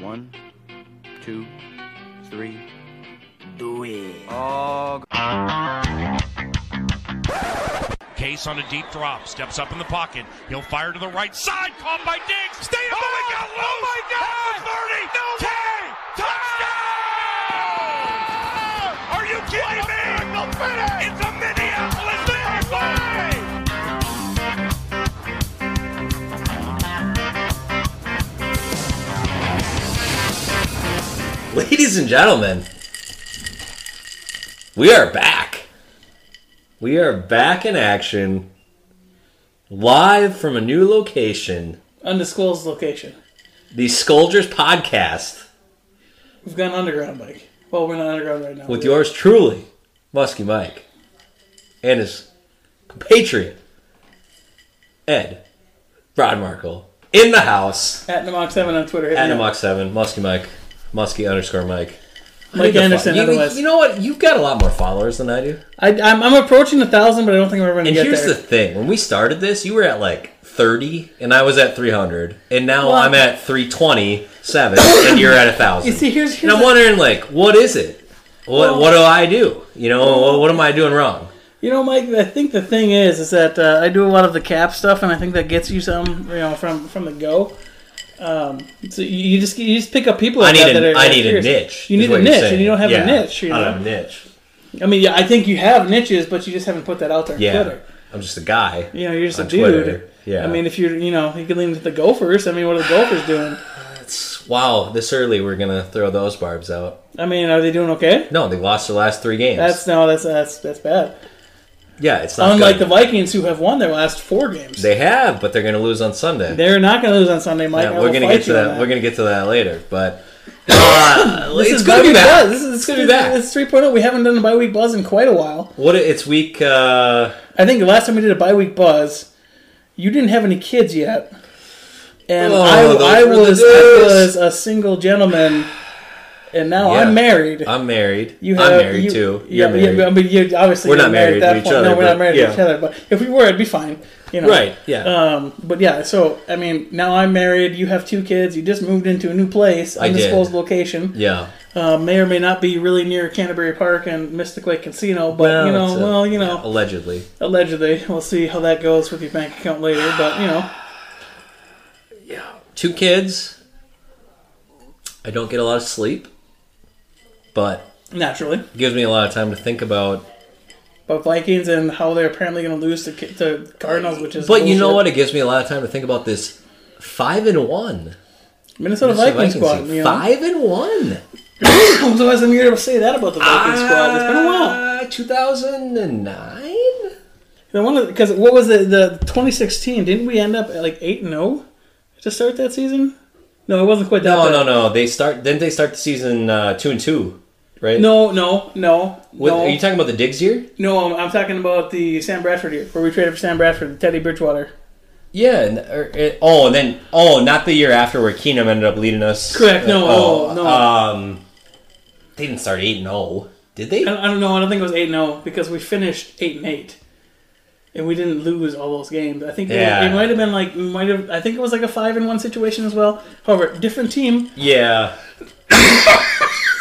One, two, three. Do it. Oh, Case on a deep drop, steps up in the pocket. He'll fire to the right side, caught by Diggs. Stay oh, it got loose. Oh my God! At the 30. No way! Touchdown! Are you kidding me? It's a Minneapolis miracle! Ladies and gentlemen, we are back. We are back in action, live from a new location, Undisclosed location. the Scolders Podcast, We've got an underground bike. Well, we're not underground right now. with yours truly, Muskie Mike, and his compatriot, Ed Rodmarkle, in the house, At Namox7 on Twitter. hit me up. Animox7, Muskie Mike, Muskie underscore Mike. Mike Anderson, You- otherwise. you know what? You've got a lot more followers than I do. I, I'm, I'm approaching a thousand, but I don't think I'm ever going to And get here's there. the thing: when we started this, you were at like 30, and I was at 300, and now Well- I'm at 327, and you're at a thousand. You see, here's- and here's I'm the- wondering, like, what is it? What what do I do? You know, what, what am I doing wrong? you know, Mike. I think the thing is, is that uh, I do a lot of the cap stuff, and I think that gets you some, you know, from from the go. Um, so you, you just you just pick up people. I like need that a, are- I are need a curious. niche. You is need what a you're niche, and saying. you don't have Yeah, Uh-huh. a niche. You I don't know, have a niche. I mean, yeah, I think you have niches, but you just haven't put that out there on Yeah, Twitter. I'm just a guy. You know, you're just On a dude. Twitter, yeah. I mean, if you're, you know, you can lean to the Gophers. I mean, what are the Gophers doing? Wow, this early we're gonna throw those barbs out. I mean, are they doing okay? No, they lost their last three games. That's no, that's that's that's bad. yeah, it's not Unlike good. the Vikings, who have won their last four games, They have, but they're gonna lose on Sunday. they, are not going to lose on Sunday, Mike. Yeah, I we're will gonna fight get to you on that. We're gonna get to that later, but uh, This it's is gonna bye be week bad. buzz. This is It's gonna be bad. It's 3.0. We haven't done a bye week buzz in quite a while. what? It's week. Uh, I think the last time we did a bye week buzz, you didn't have any kids yet, and Oh, those I, I were the was I was days. a single gentleman, and now Yeah. Oh, I'm married. I'm married. You I'm have- married you- too. Yeah, You're married. yeah, but you obviously We're you're not married at to that each point. other, No, we're not but- married yeah. to each other. But if we were, it'd be fine. You know, right. Yeah. Um, but yeah, so I mean, now I'm married. You have two kids. You just moved into a new place, I did. undisclosed location. yeah. Uh, may or may not be really near Canterbury Park and Mystic Lake Casino, but you know, it's a- well, you know, allegedly. allegedly, we'll see how that goes with your bank account later. But you know, Two kids. I don't get a lot of sleep, but naturally, it gives me a lot of time to think about. but Vikings and how they're apparently going to lose to, Ca- to Cardinals, which is But you know bullshit. what? It gives me a lot of time to think about this five and one. Minnesota, This is Vikings Vikings squad, team. you know, Five and one. comes always I'm here to say that about the Vikings squad. It's been a while. Two thousand and nine. The one because what was the the 2016? Didn't we end up at like eight and zero to start that season? No, it wasn't quite that. No, bad. no, no. They start. Didn't they start the season uh, two and two? Right. no, no, no, What, no. Are you talking about the Diggs year? no, I'm, I'm talking about the Sam Bradford year where we traded for Sam Bradford, Teddy Bridgewater. Yeah. And, er, or, it- oh, and then oh, not the year after where Keenum ended up leading us. Correct, no, Oh, oh, no. Um, they didn't start eight and zero, did they? I don't, I don't know. I don't think it was eight and zero because we finished eight and eight, and we didn't lose all those games. I think Yeah. it, it might have been like we might have. I think it was like a five and one situation as well. However, different team. Yeah.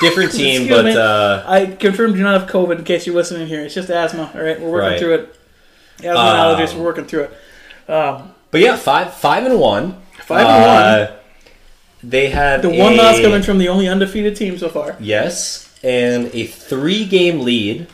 Different team, Excuse but me. uh, I confirmed do not have COVID in case you're listening here. It's just asthma. All right, we're working Right. through it. Asthma and Um, allergies, we're working through it. but yeah, five five and one. Five and one. They had The one a- loss coming from the only undefeated team so far. Yes, and a three-game lead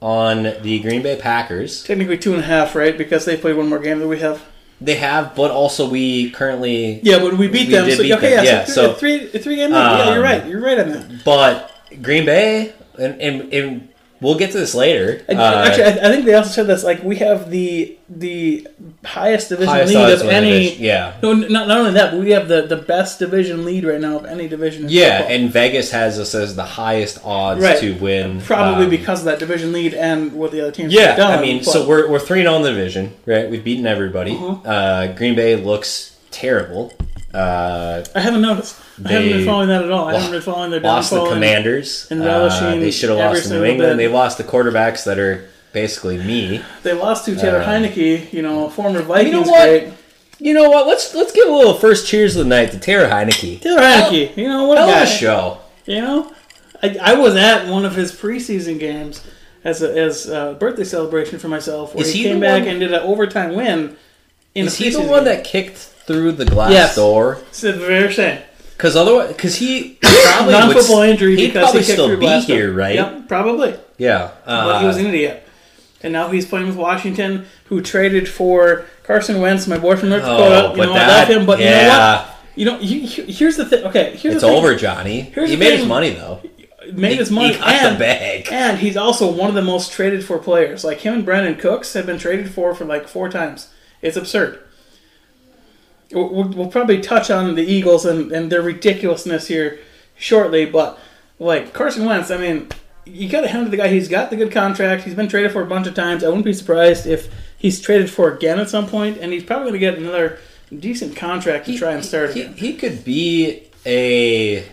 on the Green Bay Packers. Technically two and a half, right? Because they played one more game than we have. They have, but also we currently. Yeah, but we beat We them. did so, beat okay, them, yeah, yeah, so, so- three, three, three game lead. yeah, you're Um, right. You're right on that. But Green Bay, and, and, and we'll get to this later. And uh, Actually, I, I think they also said this. Like we have the the highest division highest lead odds of to win the any. division. Yeah. No, n- not, not only that, but we have the, the best division lead right now of any division. in Yeah, football. and Vegas has us as the highest odds Right. to win. probably um, because of that division lead and what the other teams. Yeah, have done, I mean, but- Uh-huh. so we're we're three and on the division, right? We've beaten everybody. Uh, Green Bay looks terrible. Uh, I haven't noticed. I haven't They been following that at all. I haven't been following their lost the downfall. and- Commanders. and Uh, relishing they should have every lost to New single England. bit. They lost the quarterbacks that are basically me. They lost to Taylor Heineke, you know, former Uh, you Vikings know what? great. You know what? Let's let's give a little first cheers of the night to Tara Heineke. Taylor Haneke, you know what a Hell of guy. a show. You know, I, I was at one of his preseason games as a as a birthday celebration for myself, where Is he he came the back one- and did an overtime win. In Is a he the preseason one game. that kicked through the glass Yes. door? said the very same Because otherwise, because he probably would- non-football injury? He'd because probably he kicked still through be glass door. here, right? Yep, probably. Yeah. but Uh, he was an idiot. And now he's playing with Washington, who traded for Carson Wentz, my boy from North Dakota. oh, you but know, that, I love him, but yeah, you know what? You know, you, you- here's the thing. Okay, here's it's the thing. over, Johnny. Here's he the made his thing. money though. Made his money. He got and, the bag. and he's also one of the most traded for players. Like him and Brandon Cooks have been traded for for like four times. It's absurd. We'll, we'll- we'll probably touch on the Eagles and, and their ridiculousness here shortly, but like Carson Wentz, I mean, you got to hand it to the guy. He's got the good contract. He's been traded for a bunch of times. I wouldn't be surprised if he's traded for again at some point, and he's probably going to get another decent contract to try and start He, again. he could be a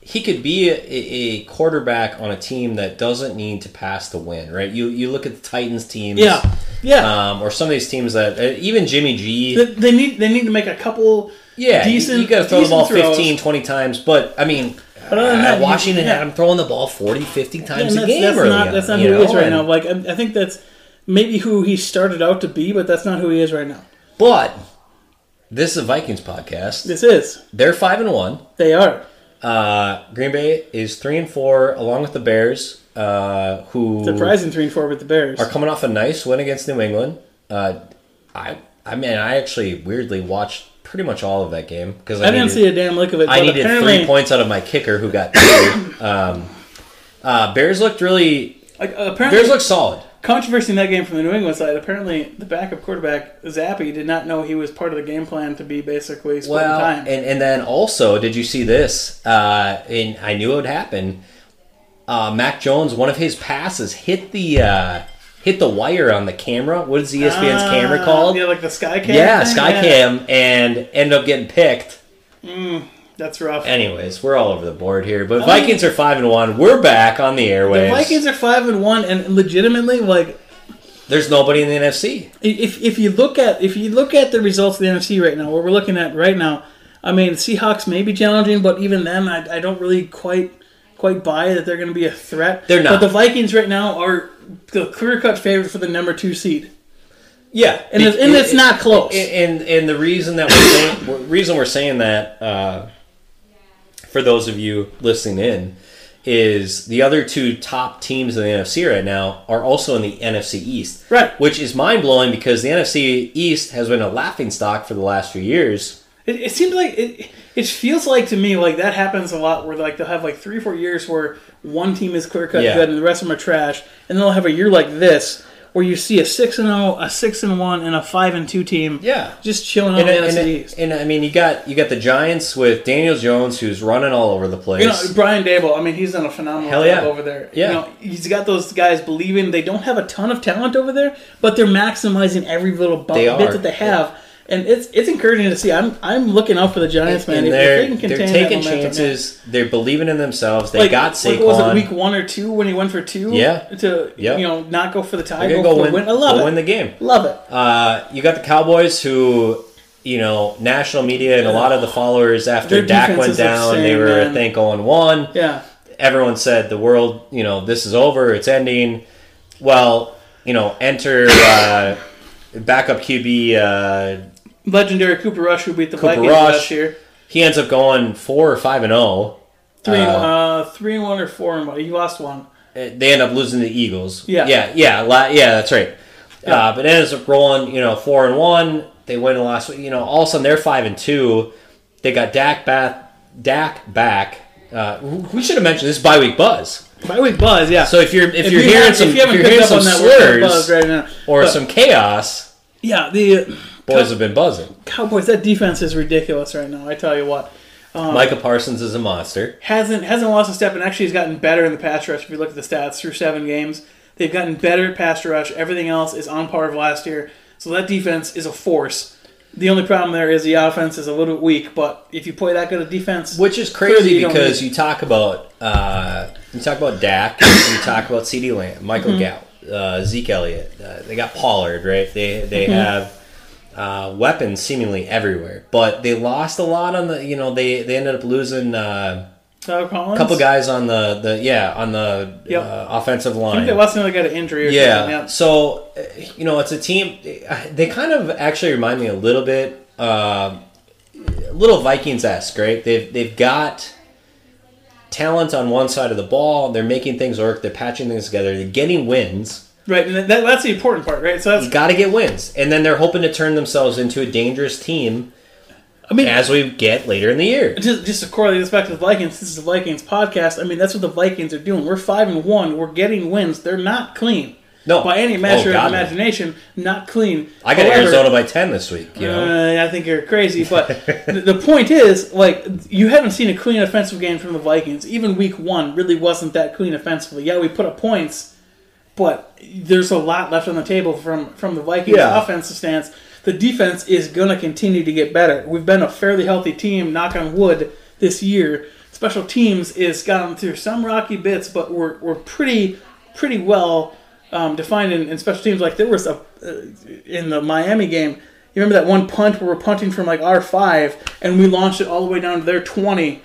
he could be a, a quarterback on a team that doesn't need to pass to win, right? You you look at the Titans teams, Yeah, yeah. um, or some of these teams that uh, even Jimmy G, They- they need they need to make a couple. yeah, you- decent- you, got to throw the decent ball throws. 15, 20 times, but I mean, But other than uh, that, you- Washington yeah. had him throwing the ball 40, 50 times And a that's, game. that's early not on, that's not you who he is know, right and- now. Like I, I think that's maybe who he started out to be, but that's not who he is right now. But this is a Vikings podcast. This is They're five and one. they are. Uh, Green Bay is three and four, along with the Bears, uh, who Surprising three and four with the Bears. are coming off a nice win against New England. Uh, I, I mean, I actually weirdly watched pretty much all of that game because I, I didn't needed, see a damn lick of it. I but needed apparently, three points out of my kicker who got two. um, uh, Bears looked really. like, uh, apparently, Bears looked solid. controversy in that game from the New England side. Apparently, the backup quarterback Zappy did not know he was part of the game plan to be basically split Well, time. and, E and then also, did you see this? Uh, and I knew it would happen. Uh, Mac Jones, one of his passes hit the uh, hit the wire on the camera. What is E ESPN's Ah, camera called? Yeah, Yeah, like the Sky Cam. thing? Skycam, Yeah, and ended up getting picked. That's rough. Anyways, we're all over the board here, but Vikings are five and one. We're back on the the airwaves. Oh. Vikings are five and one, and legitimately, like There's nobody in the NFC. if if you look at if you look at the results of the NFC right now, what we're looking at right now, I mean, Seahawks may be challenging, but even then, I, I don't really quite quite buy that they're going to be a threat. They're not. But the Vikings right now are the clear cut favorite for the number two seed. Yeah, And it's- and it's not close. And and, and the reason that we're saying, we're- reason we're saying that uh, for those of you listening in is the other two top teams in the NFC right now are also in the NFC East, Right. Which is mind blowing because the NFC East has been a laughing stock for the last few years. It, it seems like it. It feels like to me like that happens a lot, where like they'll have like three or four years where one team is clear cut Yeah. good and the rest of them are trash, and they'll have a year like this where you see a six and zero, a six and one, and a five and two team. Yeah. just chilling out in And, Oh, the and, NFC and, East. I mean, you got you got the Giants with Daniel Jones, who's running all over the place. You know, Brian Dable, I mean, he's done a phenomenal Hell job yeah. over there. Yeah. You know, he's got those guys believing they don't have a ton of talent over there, but they're maximizing every little bu- They bit are. that they have. And it's it's encouraging to see. I'm I'm looking out for the Giants, man. and If- if they're, they can they're contain that taking momentum, man. chances. They're believing in themselves. They Like, got like, Saquon. what was it week one or two when he went for two? Yeah. To Yep. you know not go for the tie, They're gonna go, go for win, the win. I love go it. win the game. love it. Uh, you got the Cowboys who, you know, national media and a lot of the followers after Their Dak defense went is insane, down, they were, man. I think, on one. Yeah. Everyone said the world, you know, this is over, it's ending. Well, you know, enter uh, backup QB. Uh, Legendary Cooper Rush who beat the Cooper Vikings Rush. last year. he ends up going four or five and zero. Three, and- Uh, uh, three and one or four and one. You lost one. Uh, They end up losing to the Eagles. Yeah. yeah, yeah, la- yeah. That's right. Uh, but it ends up rolling, you know, four and one. They win the last, you know, all of a sudden they're five and two. They got Dak back. Dak back. Uh, we should have mentioned this is bye week buzz. By week buzz, yeah. So if you're if, If you're you hearing haven't- some if if, you haven't you are picked hearing up some on that, we're gonna slurs buzz right now. or But- some chaos, Yeah, the boys have been buzzing. Cowboys. That defense is ridiculous right now. I tell you what, Micah Parsons is a monster. hasn't hasn't lost a step, and actually has gotten better in the pass rush. If you look at the stats through seven games, they've gotten better at pass rush. Everything else is on par of last year. So that defense is a force. The only problem there is the offense is a little bit weak. But if you play that good a defense, Which is Clearly crazy you don't because need- you talk about uh, you talk about Dak, you talk about C.D. Mm-hmm. Mm-hmm. Lamb, Michael Gallup, uh, Zeke Elliott. Uh, they got Pollard, right? They they have uh, weapons seemingly everywhere. But they lost a lot on the, you know, they, they ended up losing uh, Tyler Collins. a couple guys on the, the yeah, on the Yep. uh, offensive I think line. they lost another guy to injury. Or yeah. Something. yeah. So, uh, you know, it's a team. eh, They kind of actually remind me a little bit, uh, a little Vikings esque, right? They've they've got talent on one side of the ball. They're making things work. They're patching things together. They're getting wins. Right. And that, that's the important part, right? So You that's. got to get wins, and then they're hoping to turn themselves into a dangerous team I mean, as we get later in the year. just, just to correlate this back to the Vikings, this is the Vikings podcast. I mean, that's what the Vikings are doing. We're five and one. We're getting wins. They're not clean. No. by any measure Oh, God, of no. imagination, not clean. I got However, Arizona by ten this week. You know. Uh, I think you're crazy, but th- the point is, like, you haven't seen a clean offensive game from the Vikings. Even Week One really wasn't that clean offensively. Yeah, we put up points, but there's a lot left on the table from from the Vikings' Yeah. offensive stance. The defense is going to continue to get better. We've been a fairly healthy team, knock on wood, this year. Special teams is gotten through some rocky bits, but we're we're pretty pretty well um, defined in, in special teams. Like there was a uh, in the Miami game. You remember that one punt where we're punting from like our five, and we launched it all the way down to their twenty,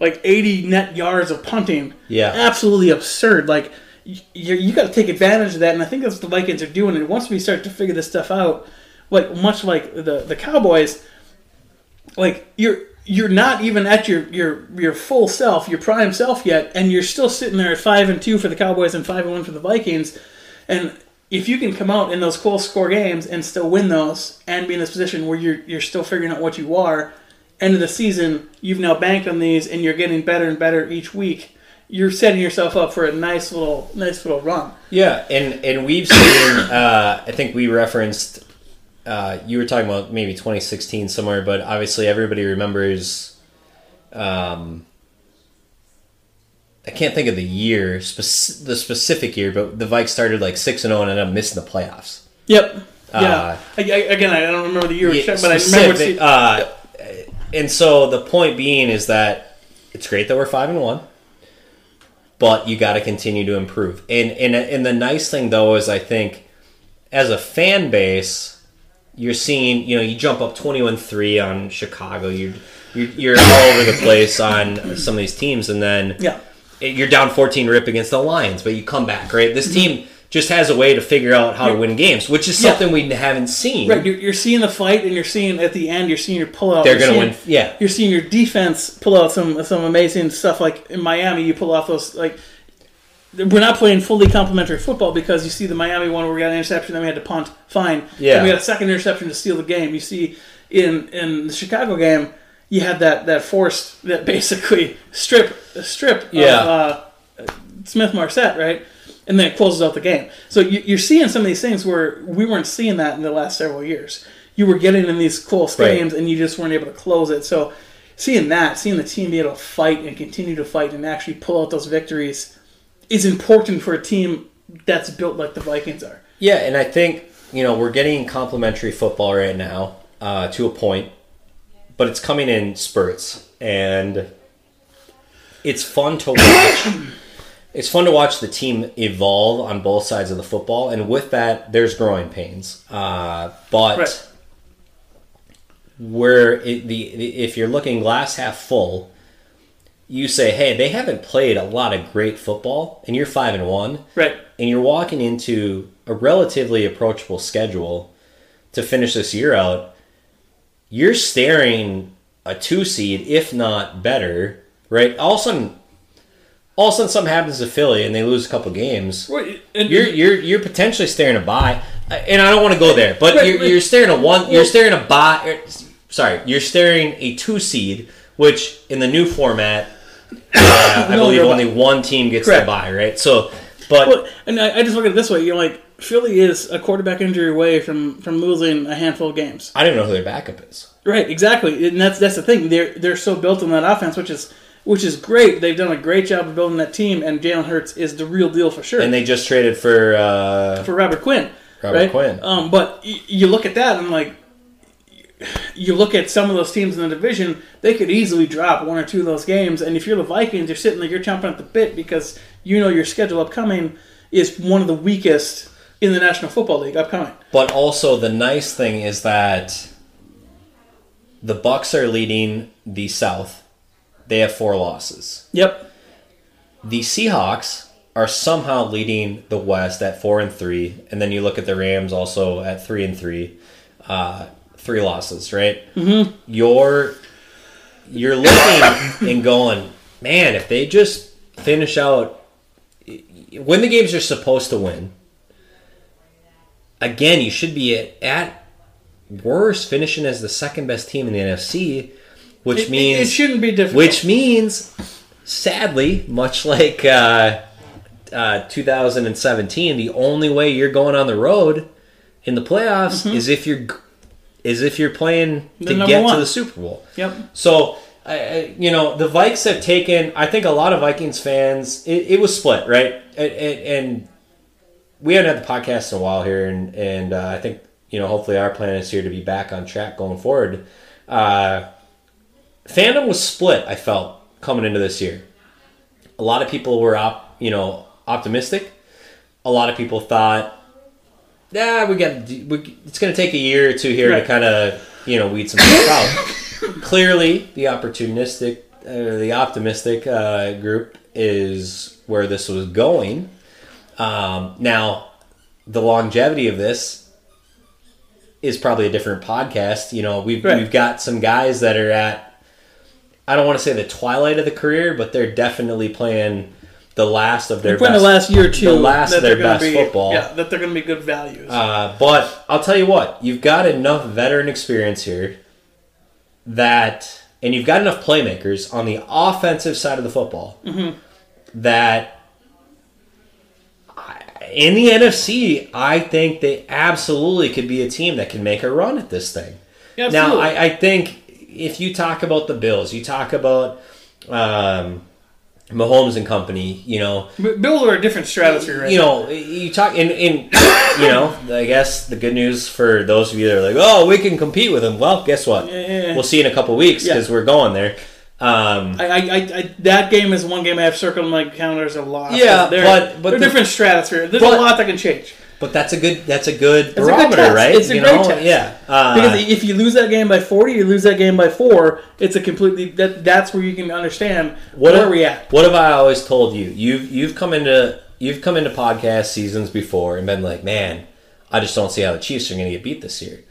like eighty net yards of punting. Yeah. absolutely absurd. Like you, you got to take advantage of that, and I think that's what the Vikings are doing. And once we start to figure this stuff out, like much like the the Cowboys, like you're you're not even at your your your full self, your prime self yet, and you're still sitting there at five and two for the Cowboys and five and one for the Vikings, and if you can come out in those close score games and still win those and be in this position where you're you're still figuring out what you are, end of the season, you've now banked on these and you're getting better and better each week. You're setting yourself up for a nice little nice little run. Yeah, and and we've seen. uh, I think we referenced. Uh, you were talking about maybe 2016 somewhere, but obviously everybody remembers. Um, I can't think of the year, spec- the specific year, but the Vikes started like six and zero and ended up missing the playoffs. Yep. Yeah. Uh, I, I, again, I don't remember the year, Yeah, but I remember. specific- see- uh, and so the point being is that it's great that we're five and one, but you got to continue to improve. And and and the nice thing though is I think as a fan base, you're seeing you know you jump up 21-3 on Chicago. You you're, you're all over the place on some of these teams, and then yeah. you're down 14 rip against the Lions, but you come back, right? This team just has a way to figure out how to win games, which is Mm-hmm. Yeah. something we haven't seen. Right, you're, you're seeing the fight, and you're seeing at the end, you're seeing your pull out. They're you're gonna seeing- win. Yeah. you're seeing your defense pull out some some amazing stuff. Like in Miami, you pull off those like we're not playing fully complimentary football because you see the Miami one where we got an interception, then we had to punt. Fine, Yeah. Then we got a second interception to steal the game. You see in in the Chicago game, you had that that forced that basically strip strip Yeah. of, uh, Smith Marset, right? And then it closes out the game. So you, you're seeing some of these things where we weren't seeing that in the last several years. You were getting in these close Right. games and you just weren't able to close it. So seeing that, seeing the team be able to fight and continue to fight and actually pull out those victories is important for a team that's built like the Vikings are. Yeah, and I think you know we're getting complimentary football right now uh, to a point, but it's coming in spurts, and it's fun to watch. it's fun to watch the team evolve on both sides of the football, and with that, there's growing pains. Uh, but Right. where it, the the- if you're looking glass half full, you say, hey, they haven't played a lot of great football, and you're five and one Right. and you're walking into a relatively approachable schedule to finish this year out, you're staring a two seed, if not better, right? All of a sudden, all of a sudden, something happens to Philly and they lose a couple games. You're you're you're potentially staring a bye, and I don't want to go there, but Right, you're, right. you're staring a one, you're staring a bye. er, Sorry, you're staring a two seed, which in the new format, uh, I No, believe you're right. only one team gets the Correct. bye, right? So, but Well, and I, I just look at it this way. You're like, Philly is a quarterback injury away from, from losing a handful of games. I don't know who their backup is. Right, exactly, and that's that's the thing. They're they're so built on that offense, which is which is great. They've done a great job of building that team, and Jalen Hurts is the real deal for sure. And they just traded for uh, for Robert Quinn, Robert right? Quinn. Um, but y- you look at that and like, you look at some of those teams in the division. They could easily drop one or two of those games, and if you're the Vikings, you're sitting there, you're chomping at the bit because you know your schedule upcoming is one of the weakest in the National Football League upcoming. But also the nice thing is that the Bucks are leading the South. They have four losses. Yep. The Seahawks are somehow leading the West at four and three, and then you look at the Rams also at three and three, uh, three losses. Right? Mm-hmm. You're you're looking and going, man. If they just finish out, win the games you're supposed to win. Again, you should be at, at worst finishing as the second best team in the NFC, which It- it- means it, shouldn't be difficult. which means, sadly, much like uh, uh, 2017, the only way you're going on the road in the playoffs is if you're is if you're playing The to Mm-hmm. number get one. to the Super Bowl. Yep. So. I- I, you know the Vikes have taken. I think a lot of Vikings fans. It, it was split, right? And, and, and we haven't had the podcast in a while here, and and uh, I think you know hopefully our plan is here to be back on track going forward. Uh, fandom was split. I felt coming into this year. A lot of people were op, you know, optimistic. A lot of people thought, "Nah, we got. We, it's going to take a year or two here to Right. kind of, you know, weed some stuff out." Clearly, the opportunistic, uh, the optimistic uh, group is where this was going. Um, now, the longevity of this is probably a different podcast. You know, we've Right. we've got some guys that are at I don't want to say the twilight of the career, but they're definitely playing the last of their They're playing the last year or two, the last that of their they're gonna best be, football. Yeah, that they're going to be good values. Uh, but I'll tell you what, you've got enough veteran experience here that, and you've got enough playmakers on the offensive side of the football that I- in the NFC, I think they absolutely could be a team that can make a run at this thing. Yeah, Now, absolutely. I, I think if you talk about the Bills, you talk about um, Mahomes and company, you know, B- Bills are a different stratosphere, right? you know, you talk in in you know. I guess the good news for those of you that are like, oh, we can compete with them. Well, guess what? Yeah. We'll see in a couple weeks Yeah. because we're going there. Um, I, I, I, I, that game is one game I have circled on my calendar as a lot. Yeah, they're, but- but they're the- different stratosphere. There's but- a lot that can change but that's a good that's a good a good barometer, test. right? It's a you great know, test. yeah. Uh, because if you lose that game by forty, you lose that game by four. It's a completely that that's where you can understand what where have- we at. What have I always told you? You've you've come into you've come into podcast seasons before and been like, man, I just don't see how the Chiefs are going to get beat this year.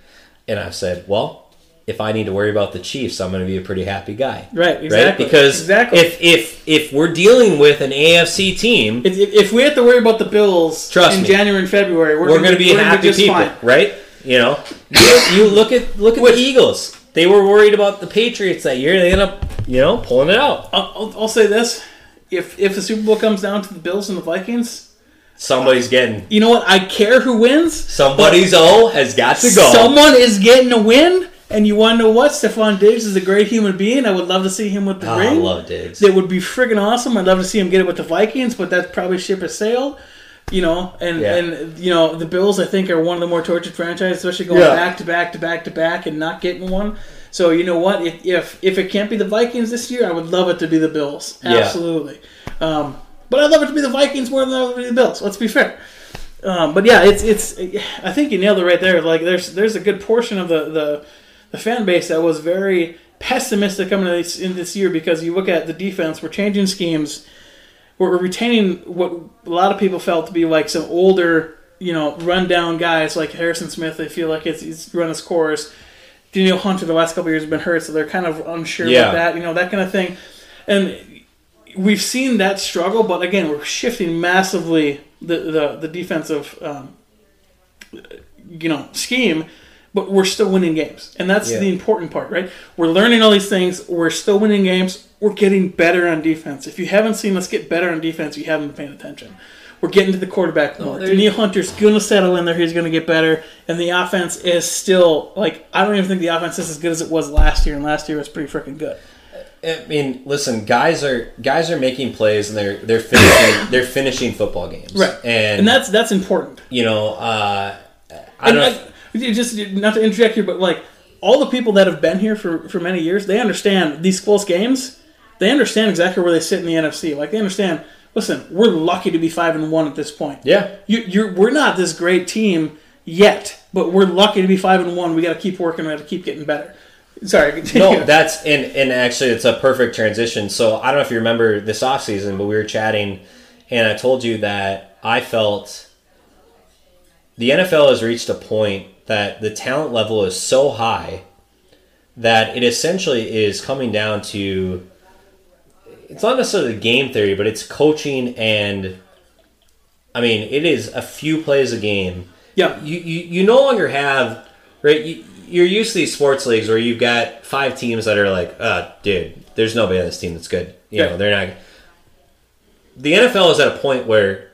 And I've said, well, if I need to worry about the Chiefs, I'm going to be a pretty happy guy, Right, exactly. Because Exactly. if if if we're dealing with an AFC team, If, if- if we have to worry about the Bills Trust in me. January and February, we're, we're gonna going to be we're gonna happy just people, fine. right? You know, you, you look at look at the Eagles. They were worried about the Patriots that year. They end up, you know, pulling it out. I'll, I'll, I'll say this: if if the Super Bowl comes down to the Bills and the Vikings, Somebody's getting you know what? I care who wins. somebody's O has got to go. Someone is getting a win, and you want to know what? Stephon Diggs is a great human being. I would love to see him with the Oh, I ring. love Diggs. That would be friggin' awesome. I'd love to see him get it with the Vikings, but that's probably ship has sailed. You know, and Yeah. and you know the Bills, I think, are one of the more tortured franchises, especially going Yeah. back to back to back to back and not getting one. So you know what? If if, if it can't be the Vikings this year, I would love it to be the Bills. Yeah. Absolutely. Um, but I'd love it to be the Vikings more than I would be the Bills. Let's be fair. Um, but yeah, it's it's. I think you nailed it right there. Like there's there's a good portion of the the, the fan base that was very pessimistic coming into this, in this year because you look at the defense, we're changing schemes, we're we're retaining what a lot of people felt to be like some older, you know, rundown guys like Harrison Smith. They feel like it's he's run his course. Daniel Hunter the last couple of years have been hurt, so they're kind of unsure Yeah. about that, you know, that kind of thing. And we've seen that struggle, but again, we're shifting massively the the, the defensive, um, you know, scheme. But we're still winning games, and that's Yeah. the important part, right? We're learning all these things. We're still winning games. We're getting better on defense. If you haven't seen us get better on defense, you haven't been paying attention. We're getting to the quarterback more. there's- Daniil Hunter's gonna settle in there. He's gonna get better, and the offense is still like I don't even think the offense is as good as it was last year, and last year was pretty freaking good. I mean, listen, guys are guys are making plays and they're they're finishing they're finishing football games, And, and that's that's important. you know, uh, I And don't. know I, you just not to interject here, but like all the people that have been here for, for many years, they understand these close games. They understand exactly where they sit in the NFC. Like they understand Listen, we're lucky to be five and one at this point. Yeah. You, you're, we're not this great team yet, but we're lucky to be five and one. We got to keep working. We got to keep getting better. Sorry. continue. No, that's and and actually it's a perfect transition. So I don't know if you remember this off season, but we were chatting, and I told you that I felt the NFL has reached a point that the talent level is so high that it essentially is coming down to it's not necessarily game theory, but it's coaching and I mean it is a few plays a game yeah. you, you, you no longer have right you, you're used to these sports leagues where you've got five teams that are like uh dude there's nobody on this team that's good you Yeah. know they're not the nfl is at a point where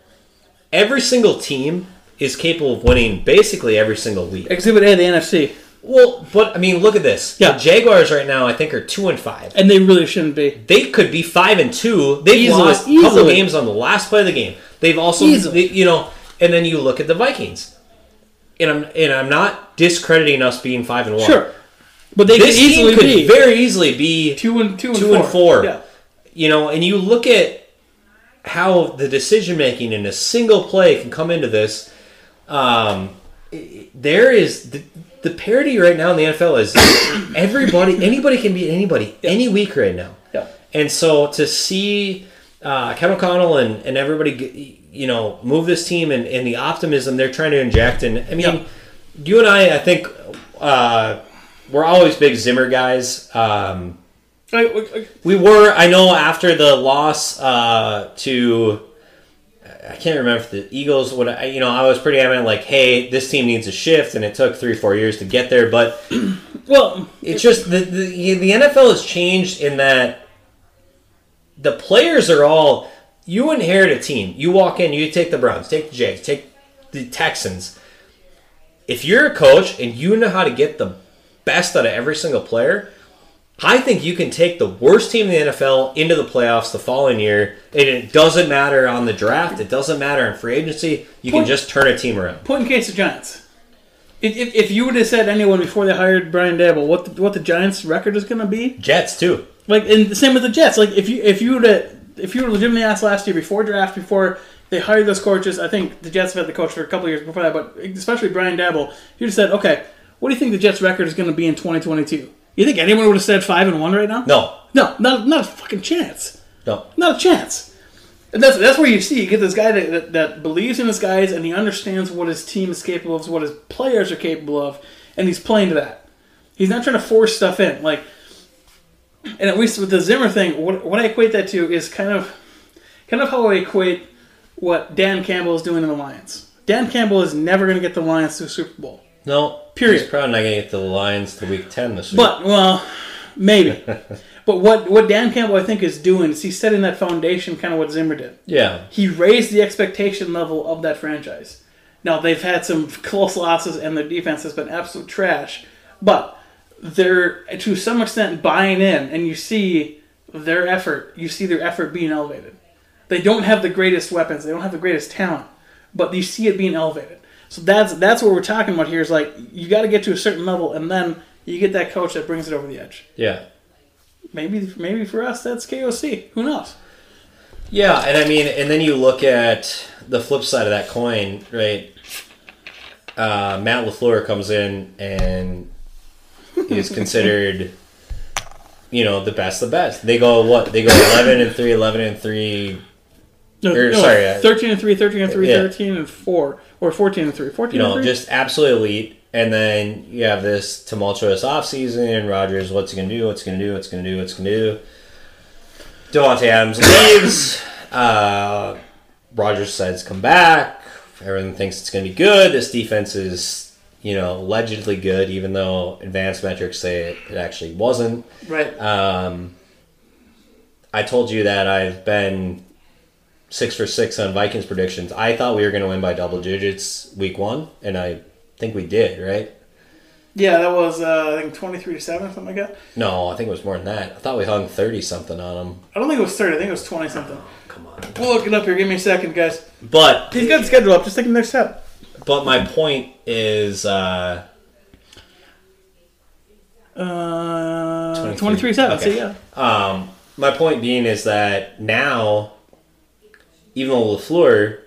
every single team is capable of winning basically every single league Exhibit A, the NFC, well but i mean look at this Yeah. the jaguars right now i think are two and five and they really shouldn't be. they could be five and two. They've Easily, lost a couple easily. games on the last play of the game. They've also, Easily. they- you know, and then you look at the Vikings, and I'm and I'm not discrediting us being five and one. Sure, but they this could easily team could be very easily be two and two and two four. and four. Yeah. You know, and you look at how the decision making in a single play can come into this. Um, i- there is the, the parity right now in the NFL is everybody, anybody can beat anybody any week right now. Yeah. And so to see uh, Kevin O'Connell and, and everybody, g- you know, move this team and, and the optimism they're trying to inject. And I mean, Yeah. you and I, I think uh, we're always big Zimmer guys. Um, I- I- I- we were. I know after the loss uh, to, I can't remember if the Eagles. What I- you know, I was pretty adamant, like, hey, this team needs a shift, and it took three, four years to get there. But well, it's just the the, the NFL has changed in that the players are all. You inherit a team. You walk in. You take the Browns. Take the Jags. Take the Texans. If you're a coach and you know how to get the best out of every single player, I think you can take the worst team in the NFL into the playoffs the following year, and it doesn't matter on the draft. It doesn't matter in free agency. You can Point- just turn a team around. point in case of Giants. If, if, if you would have said anyone before they hired Brian Dabble what the, what the Giants' record is going to be, Jets too. like and the same with the Jets. Like if you if you would have if you were legitimately asked last year before draft before they hired those coaches, I think the Jets have had the coach for a couple of years before that, but especially Brian Dabble, you just said, okay, what do you think the Jets' record is going to be in 2022? You think anyone would have said five and one right now? No, no, not not a fucking chance no. not a chance. And that's that's where you see you get this guy that, that, that believes in his guys and he understands what his team is capable of, what his players are capable of, and he's playing to that. He's not trying to force stuff in. Like, and at least with the Zimmer thing, what, what I equate that to is kind of kind of how I equate what Dan Campbell is doing in the Lions. Dan Campbell is never going to get the Lions to a Super Bowl. No. Period. He's probably not going to get the Lions to week 10 this week. But well, maybe. but what what Dan Campbell I think is doing is he's setting that foundation, kind of what Zimmer did. yeah. he raised the expectation level of that franchise. Now they've had some close losses and their defense has been absolute trash, but they're to some extent buying in, and you see their effort. You see their effort being elevated. They don't have the greatest weapons. They don't have the greatest talent, but you see it being elevated. So that's that's what we're talking about here. Is like you got to get to a certain level, and then you get that coach that brings it over the edge. Yeah. Maybe maybe for us that's KOC. Who knows? Yeah. And I mean, and then you look at the flip side of that coin, right? Uh, Matt LaFleur comes in and is considered, you know, the best, the best. They go, what? They go 11 and 3, 11 and 3. No, Or, no, sorry, uh, 13 and 3, 13 and 3, yeah. 13 and 4, or 14 and 3. 14 you know, and 3? just absolute elite. And then you have this tumultuous offseason. Rogers, what's he going to do? What's he going to do? What's he going to do? What's he going to do? Devontae Adams leaves. Uh, Rogers decides to come back. Everyone thinks it's going to be good. This defense is, you know, allegedly good, even though advanced metrics say it, it actually wasn't. right. Um, I told you that I've been six for six on Vikings predictions. I thought we were going to win by double digits week one, and I think we did, right? yeah, that was, uh, I think, 23 to 7, something like that. No, I think it was more than that. I thought we hung 30 something on them. I don't think it was 30. I think it was 20 something. Come on. We'll look it up here. Give me a second, guys. But He's got the schedule up. Just take the next step. but my point is uh, Uh, 23 23 7. Okay. See, yeah. um, my point being is that now even though Lafleur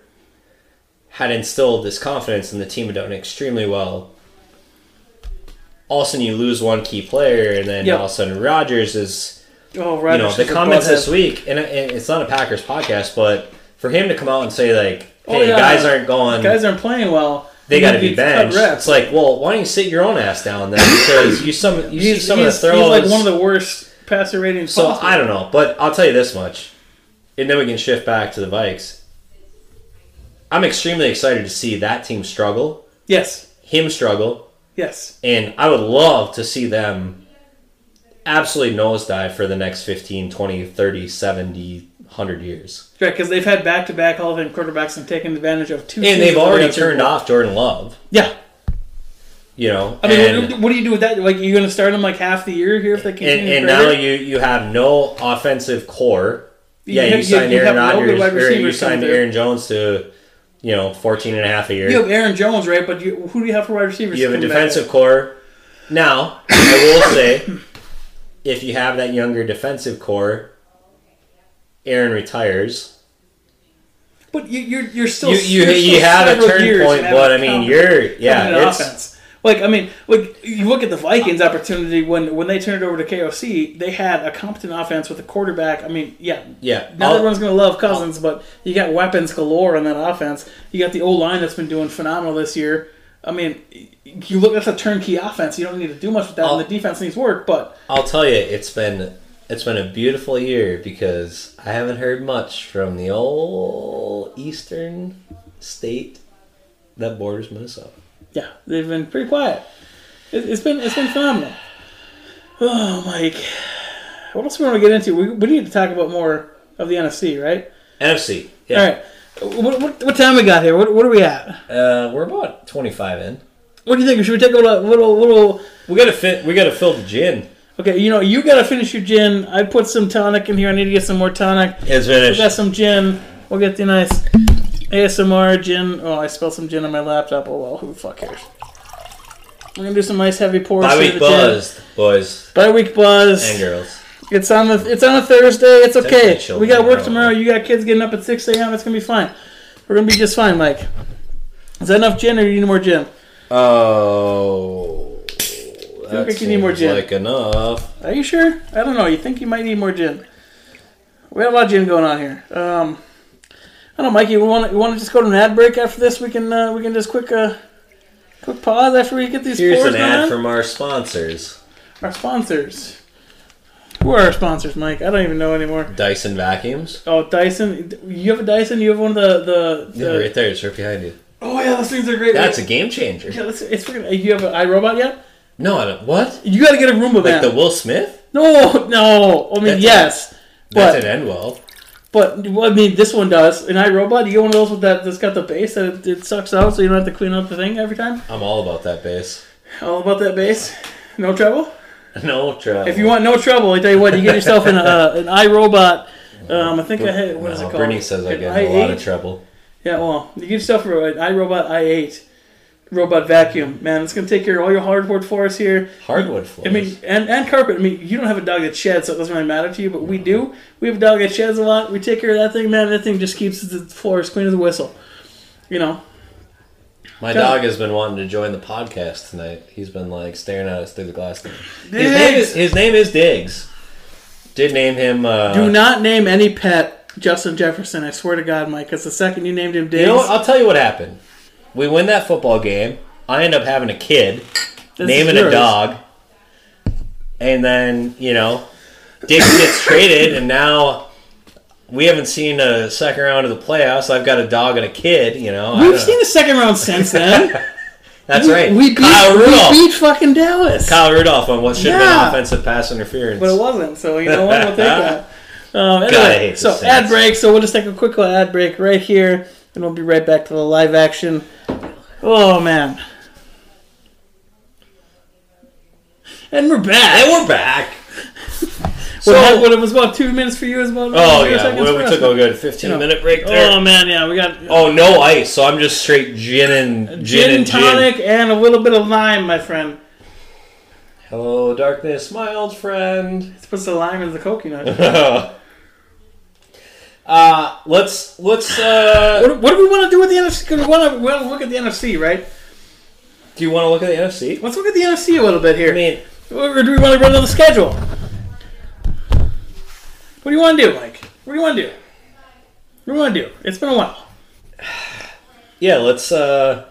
had instilled this confidence in the team had done extremely well. All of a sudden, you lose one key player, and then Yep. all of a sudden, Rodgers is Oh, you right. know the comments this week, and it- and it's not a Packers podcast, but for him to come out and say like, Oh, "Hey, yeah. guys aren't going, Guys aren't playing well. they got to be bad. benched." It's like, well, why don't you sit your own ass down then? Because you some you see He's, some of the he's- he's throws. like one of the worst passer ratings. so possible. I don't know, but I'll tell you this much, and then we can shift back to the Vikes. I'm extremely excited to see that team struggle, Yes. him struggle, Yes. and I would love to see them absolutely nosedive for the next 15, 20, 30, 70, 100 years. Right, because they've had back-to-back Hall of Fame quarterbacks and taken advantage of two. and teams they've that already got Super turned Bowl. off Jordan Love. Yeah. You know, I mean, and, what, what do you do with that? Like, you're going to start them like half the year here if they continue. and, and to now further? you you have no offensive core. You yeah, you, have- you- signed you Aaron have no good Rodgers, wide or you receivers coming signed through. Aaron Jones to you know 14 and a half a year. You You, have Aaron Jones, right? But you, who do you have for wide receivers? have a coming back? defensive core. Now, I will say, if you have that younger defensive core, Aaron retires. but you, you're you're still You you, you're you still have a several turn years point, having but I mean, confidence you're yeah, in an it's offense. Like I mean, like you look at the Vikings' opportunity when when they turned it over to KOC, they had a competent offense with a quarterback. I mean, yeah, yeah. Not I'll- everyone's going to love Cousins, but you got weapons galore on that offense. You got the O line that's been doing phenomenal this year. I mean, you look at a turnkey offense. You don't need to do much with that, I'll- and the defense needs work. But I'll tell you, it's been it's been a beautiful year because I haven't heard much from the old eastern state that borders Minnesota. yeah, they've been pretty quiet. It, it's been it's been phenomenal. Oh, Mike, what else we want to get into? We, we need to talk about more of the NFC, right? NFC. All right. What, what, what time we got here? What, what are we at? Uh, we're about twenty five in. What do you think? Should we take a little little little? We gotta fit. We gotta fill the gin. Okay, you know you gotta finish your gin. I put some tonic in here. I need to get some more tonic. It's We got finished. some gin. We'll get the nice ASMR gin. Oh, I spilled some gin on my laptop. Oh well, who the fuck cares? We're gonna do some nice heavy pours. By through week the buzzed, boys Gin. Bye week buzz. and girls. It's on the. It's on a Thursday. It's okay. Definitely We got children, work bro. tomorrow. You got kids getting up at six a.m. It's gonna be fine. We're gonna be just fine, Mike. Is that enough gin, or do you need more gin? Oh, that like you need more seems gin. like enough. Are you sure? I don't know. You think you might need more gin? We got a lot of gin going on here. Um, I don't know, Mikey. We want to, we want to just go to an ad break after this. We can uh, we can just quick uh, quick pause after we get these Here's pours an ad going. from our sponsors: our sponsors. Who are our sponsors, Mike? I don't even know anymore. Dyson vacuums. Oh, Dyson. You have a Dyson. You have one of the the. Yeah, the right there. It's right behind you. Oh yeah, those things are great. That's a game changer. yeah, that's, it's freaking. uh, You have an iRobot yet? No, I don't. What? You got to get a Roomba Like man. the Will Smith? no, no. I mean, That's a- yes. That but didn't end well. But well, I mean, this one does. An iRobot, you get one of those with that that's got the base that it, it sucks out, so you don't have to clean up the thing every time. I'm all about that bass. All about that base, no trouble. No trouble. If you want no trouble, I tell you what, you get yourself an uh, an iRobot. Um, I think I had what is it called? Brittany says I An get in a lot of i8? trouble. Yeah, well, you get yourself an iRobot i8 robot vacuum. Man, it's gonna take care of all your hardwood floors here. Hardwood floors. I mean, and, and carpet. I mean, you don't have a dog that sheds, so it doesn't really matter to you, but we do. We have a dog that sheds a lot. We take care of that thing, man. That thing just keeps the floor as clean as a whistle. You know? my dog has been wanting to join the podcast tonight. He's been like staring at us through the glass. door. His name is his name is Diggs. Did name him. Uh, Do not name any pet Justin Jefferson. I swear to God, Mike, because the second you named him Diggs, You know what? I'll tell you what happened. We win that football game. I end up having a kid, this is naming a yours. dog, and then you know, Diggs gets traded, and now. We haven't seen a second round of the playoffs. I've got a dog and a kid. You know, I We've don't know. seen the second round since then. That's We- right. We beat, Kyle Rudolph. we beat fucking Dallas. Kyle Rudolph on what should have Yeah. been offensive pass interference. But it wasn't, so you know what? We'll take that. Um, anyway, God, I hate so the Saints. ad break. So we'll just take a quick little ad break right here, and we'll be right back to the live action. Oh man! And we're back. and we're back. so, so- what, what it was about two minutes for you as well. Oh two yeah, seconds well, for we us. took a good fifteen minute break there. Oh man, yeah, we got oh no ice, so I'm just straight gin and gin, gin, and tonic Gin. and a little bit of lime, my friend. Hello, darkness, my old friend. Let's put the lime in the coconut. oh Uh, let's let's. Uh, What, what do we want to do with the NFC? 'Cause We want to well, look at the NFC, right? do you want to look at the NFC? Let's look at the NFC a little bit here. I mean, or do we want to run down the schedule? What do you want to do, Mike? What do you want to do? What do you want to do? It's been a while. yeah. Let's uh,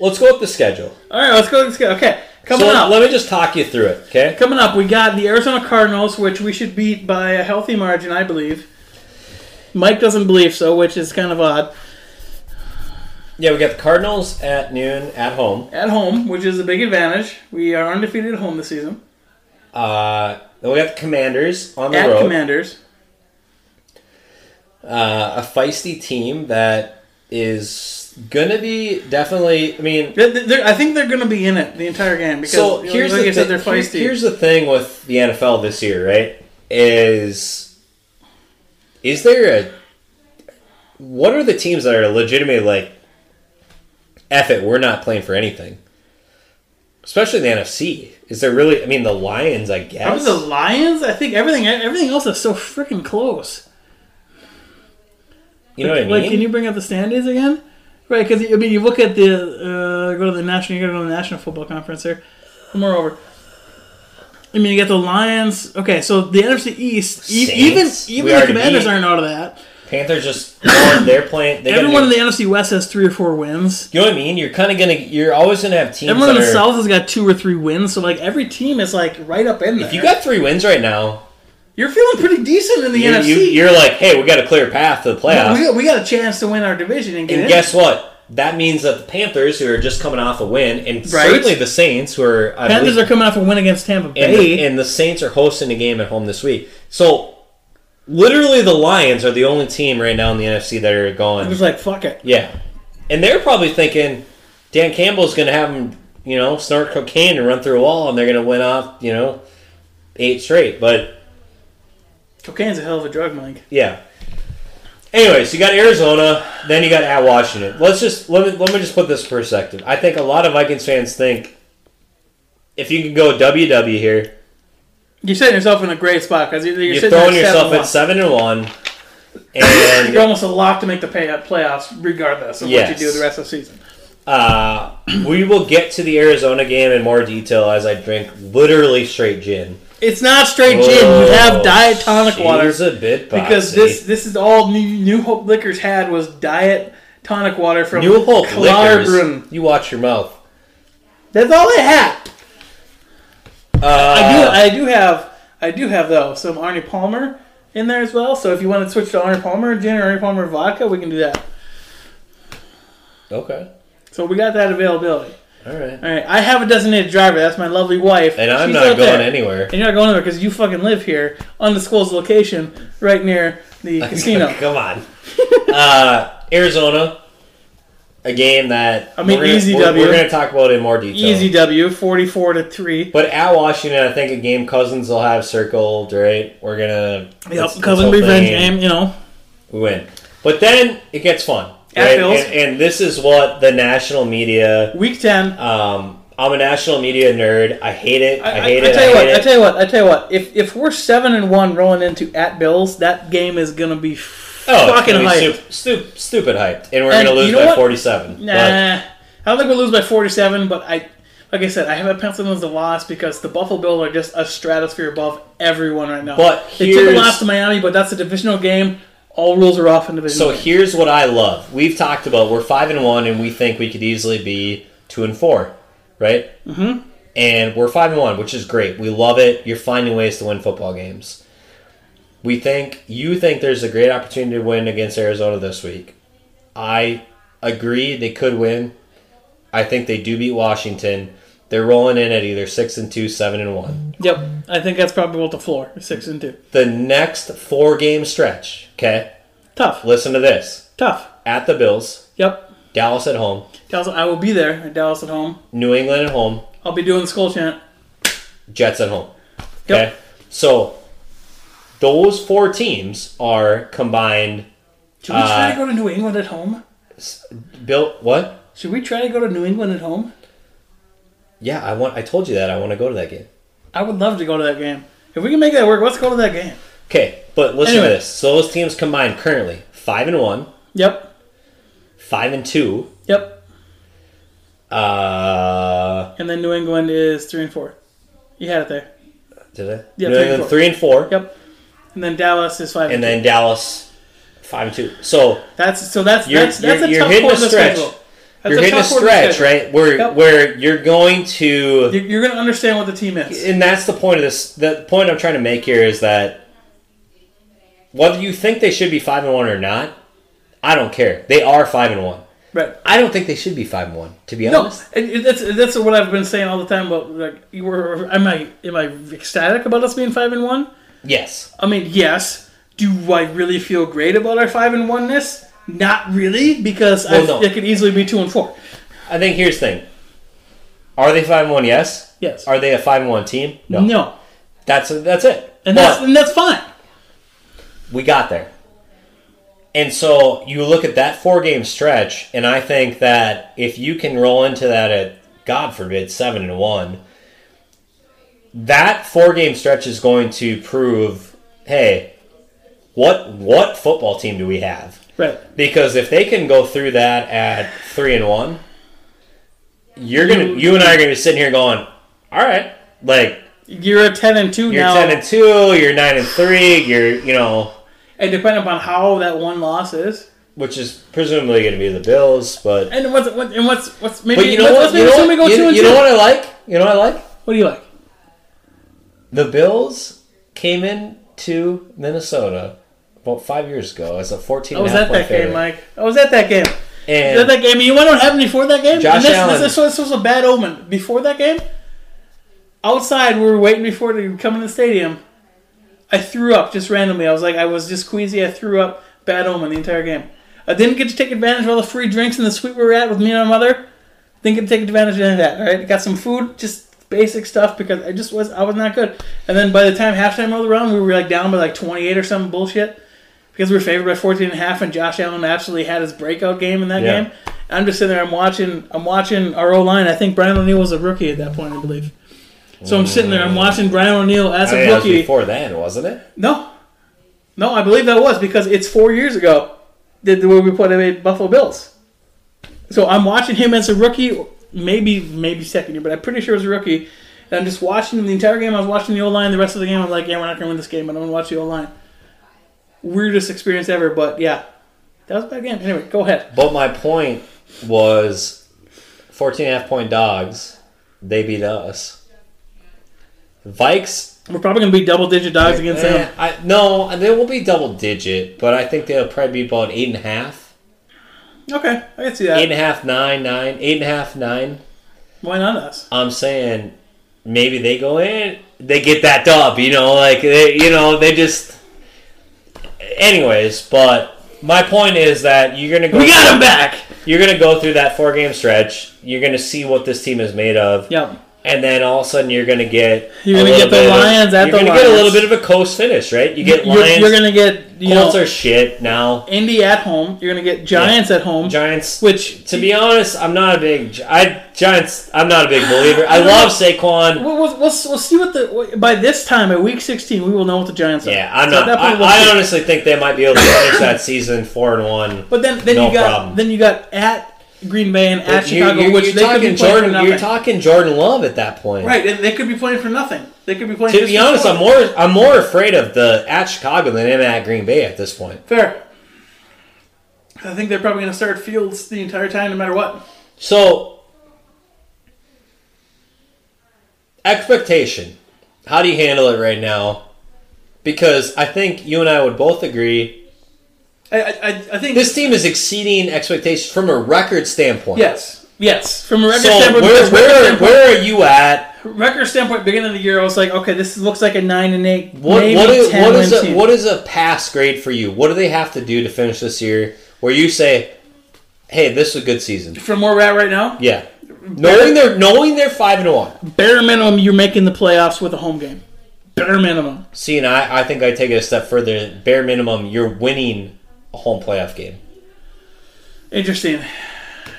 let's go up the schedule. All right, let's go. Let's go. Okay, coming So up. let me just talk you through it. Okay. Coming up, we got the Arizona Cardinals, which we should beat by a healthy margin, I believe. Mike doesn't believe so, which is kind of odd. Yeah, we got the Cardinals at noon at home. At home, which is a big advantage. We are undefeated at home this season. Uh, then we got the Commanders on the At road. Commanders. uh, a feisty team that is gonna be definitely. I mean, They're- they're- I think they're going to be in it the entire game because, so like here's I the said, thi- they're feisty. here- here's the thing with the NFL this year, right? Is is there a what are the teams that are legitimately like? F it, we're not playing for anything. Especially the NFC. Is there really? I mean, the Lions, I guess. Probably the Lions. I think everything everything else is so freaking close. you know what I mean? Like, can you bring up the standings again? Right, because I mean, you look at the uh, go to the national. You gotta go to the National Football Conference here. Moreover, I mean, you get the Lions. Okay, so the NFC East, e- even Saints? We even the already Commanders beat. aren't out of that. Panthers just they're playing. They Everyone Everyone in the NFC West has three or four wins. you know what I mean? You're kind of gonna. You're always gonna have teams. Everyone in that the are, South has got two or three wins. So like every team is like right up in there. If you got three wins right now, you're feeling pretty decent in the you, NFC. are like, hey, we got a clear path to the playoffs. we, we got a chance to win our division and get and in. guess what? That means that the Panthers, who are just coming off a win, and Right. certainly the Saints, who are I Panthers believe, are coming off a win against Tampa and, Bay. and the Saints are hosting a game at home this week. So literally, the Lions are the only team right now in the NFC that are going. I was like, fuck it. Yeah, and they're probably thinking Dan Campbell's going to have them, you know, snort cocaine and run through a wall, and they're going to win off, you know, eight straight. But Cocaine's a hell of a drug, Mike. yeah. Anyways, you got Arizona, then you got at Washington. Let's just let me let me just put this in perspective. I think a lot of Vikings fans think if you can go WW here, You're setting yourself in a great spot because you're, you're, you're sitting throwing at yourself seven at one. seven and one, You're and almost a lock to make the pay- playoffs, regardless of what Yes. you do the rest of the season. uh, we will get to the Arizona game in more detail as I drink literally straight gin. Oh, It's not straight gin. You have diet tonic water She's a bit bossy. because this this is all New, New Hope Liquors had was diet tonic water from New Hope Klar Liquors. Brewing. You watch your mouth. That's all they had. Uh, I do I do have I do have though some Arnie Palmer in there as well. So if you want to switch to Arnie Palmer gin or Arnie Palmer vodka, we can do that. okay. So we got that availability. All right. All right, I have a designated driver. That's my lovely wife, And I'm She's not out going there. anywhere. And you're not going anywhere because you fucking live here on the school's location, right near the casino. Come on. uh, Arizona, a game that I mean, we're gonna, easy we're, W. We're going to talk about in more detail. Easy W, forty-four to three. But at Washington, I think a game Cousins will have circled. Right, we're gonna it's- Yep, it's cousin whole revenge thing. game. You know, We win, but then it gets fun. At right? Bills. And, and this is what the national media week ten. Um, I'm a national media nerd. I hate it. I, I, hate I, it. tell you I what, hate I tell you what, I tell you what. If if we're seven and one rolling into at Bills, that game is gonna be it. fucking it's gonna Oh, be hyped. Stup- stup- stupid hyped, and we're And gonna lose you know by what? 47. Nah, I don't think we'll lose by 47, but I, like I said, I have a pencil as the loss because the Buffalo Bills are just a stratosphere above everyone right now. But they took a here's- loss to Miami, but that's a divisional game. All rules are off in But, divisional. so here's what I love. We've talked about we're five and one, and we think we could easily be two and four, right? Mm-hmm. And we're five and one, which is great. We love it. You're finding ways to win football games. We think you think there's a great opportunity to win against Arizona this week. I agree they could win. I think they do beat Washington. They're rolling in at either six and two, seven and one. yep, I think that's probably what the floor is, six and two. The next four game stretch, okay? Tough, Listen to this. tough. At the Bills, Yep, Dallas at home, Dallas. I will be there at Dallas at home. New England at home, I'll be doing the skull chant. Jets at home. Yep. Okay? So those four teams are combined Should we try Uh, to go to New England at home? built what? Should we try to go to New England at home? Yeah, I want I told you that I want to go to that game. I would love to go to that game. If we can make that work, let's go to that game. Okay, but listen to Anyway. this. So those teams combined currently five and one, Yep. five and two. Yep. Uh, And then New England is three and four. You had it there. did I? Yeah, three and New England four. three and four, Yep. And then Dallas is five. and then Dallas five and two. So that's so that's You're- that's, that's you're- a you're tough hitting part a of the stretch. schedule. That's you're hitting a tough part of the stretch, schedule. right? Where Yep. where you're going to, You're, you're going to understand what the team is. and that's the point of this. The point I'm trying to make here is that whether you think they should be five and one or not, I don't care. They are five and one. right. I don't think they should be five and one. To be No, honest, and it- that's that's what I've been saying all the time. But like, you were, am I am I ecstatic about us being five and one? yes. I mean, yes. Do I really feel great about our five and oneness? Not really, because I, Well, no. it could easily be two and four. I think here's the thing: Are they five and one? Yes. Yes. Are they a five and one team? No. no, That's that's it. and But that's and that's fine. we got there. And so you look at that four game stretch, and I think that if you can roll into that at God forbid seven and one, that four game stretch is going to prove, hey, what what football team do we have? Right. Because if they can go through that at three and one, you're gonna you and I are gonna be sitting here going, All right, like You're a ten and two you're now, ten and two, you're nine and three, you're you know and depending upon how that one loss is, which is presumably going to be the Bills, but and what's what, and what's what's maybe but you know let's, what? let's maybe assume You know, we go what- you- two and you two. know what I like? You know what I like? What do you like? The Bills came in to Minnesota about five years ago as a 14 I Oh, was and a half at point that game, favorite. Mike. I was at that game. I was at and that game. And you want to know what happened before that game? Josh and this, This, Allen. this, was, this was a bad omen. Before that game, outside we were waiting before to come in the stadium. I threw up just randomly. I was like, I was just queasy. I threw up. Bad omen the entire game. I didn't get to take advantage of all the free drinks and the suite we were at with me and my mother. Didn't get to take advantage of any of that. All right, got some food, just basic stuff because I just was I was not good. And then by the time halftime rolled around, we were like down by like 28 or some bullshit because we were favored by 14 and a half, and Josh Allen absolutely had his breakout game in that Yeah. game. I'm just sitting there. I'm watching. I'm watching our O line. I think Brian O'Neill was a rookie at that point, I believe. So I'm sitting there. I'm watching Brian O'Neill as I a mean, that was rookie. before then, wasn't it? No, no, I believe that was because it's four years ago that the way we played the Buffalo Bills. So I'm watching him as a rookie, maybe maybe second year, but I'm pretty sure it was a rookie. And I'm just watching him the entire game. I was watching the O line. The rest of the game, I'm like, yeah, we're not gonna win this game, but I'm gonna watch the O line. Weirdest experience ever, but yeah, that was a bad game. Anyway, go ahead. But my point was 14 and a half point dogs, they beat us. Vikes We're probably gonna be double digit dogs against Eh, them. I, no, they will be double digit, but I think they'll probably be about eight and a half. Okay, I can see that. Eight and a half, nine, nine, eight and a half, nine. Why not us? I'm saying maybe they go in, they get that dub, you know, like they, you know, they just. Anyways, but my point is that you're gonna go. We got 'em back! You're gonna go through that four game stretch. You're gonna see what this team is made of. Yeah, And then all of a sudden, you're gonna get You're a gonna get little the bit of- Lions at the you're gonna get a Lions. little bit of a coast finish, right? You get you're, Lions. you're gonna get you Colts know are shit now. Indy at home. You're gonna get Giants at home. Giants. Which to be honest, I'm not a big I Giants. I'm not a big believer. I love Saquon. We'll, we'll, we'll, we'll see what the by this time at week 16 we will know what the Giants are. Yeah, I'm So at not. that point, I, we'll I see. honestly think they might be able to finish that season four and one. But then then No you got problem. then you got at Green Bay and at Chicago, you're, which you're they could talking be playing for Jordan. nothing. You're talking Jordan Love at that point. right, and they could be playing for nothing. They could be playing. To just be for honest, fun. I'm more I'm more afraid of the at Chicago than I am at Green Bay at this point. fair. I think they're probably going to start Fields the entire time, no matter what. So expectation. How do you handle it right now? Because I think you and I would both agree I I, I I think This team is exceeding expectations from a record standpoint. yes. Yes, from a record So standpoint, where, because record where, standpoint, where are you at? record standpoint, beginning of the year, I was like, okay, this looks like a nine and eight, What, maybe what, is, 10 what, is win a, team. what is a pass grade for you? What do they have to do to finish this year where you say, hey, this is a good season? from where we're at right now? Yeah. Knowing they're, knowing they're 5 and 1. bare minimum, you're making the playoffs with a home game. Bare minimum. See, and I, I think I take it a step further. Bare minimum, you're winning a home playoff game. Interesting.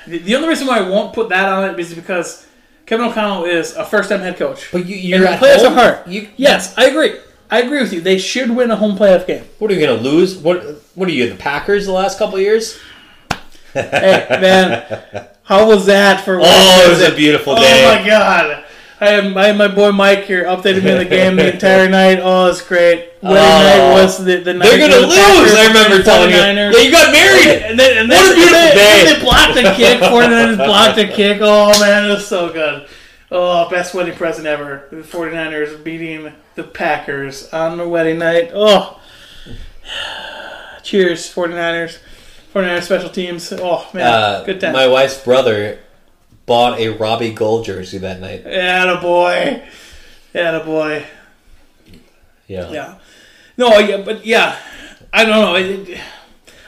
The, the only reason why I won't put that on it is because Kevin O'Connell is a first-time head coach. But you, and you're the at playoffs home. are hard. You, yes, I agree. I agree with you. They should win a home playoff game. What are you going to lose? What What are you, the Packers the last couple of years? Hey, man, how was that for? Oh, it was a beautiful day. Oh my god! I am I had my boy Mike here updated me on the game the entire night. Oh, it's great. Wedding Oh. night was the, the night. They're going to of the Packers lose, I remember and telling you. 49ers. Yeah, you got married. And then, and then, What a beautiful and then- day. They blocked a kick. 49ers blocked a kick. Oh, man, it was so good. Oh, best wedding present ever. The 49ers beating the Packers on the wedding night. Oh. Cheers, 49ers. 49ers special teams. Oh, man. Uh, good time. My wife's brother bought a Robbie Gold jersey that night. Attaboy. Attaboy. Yeah. Yeah. No, yeah, but yeah, I don't know. It- it-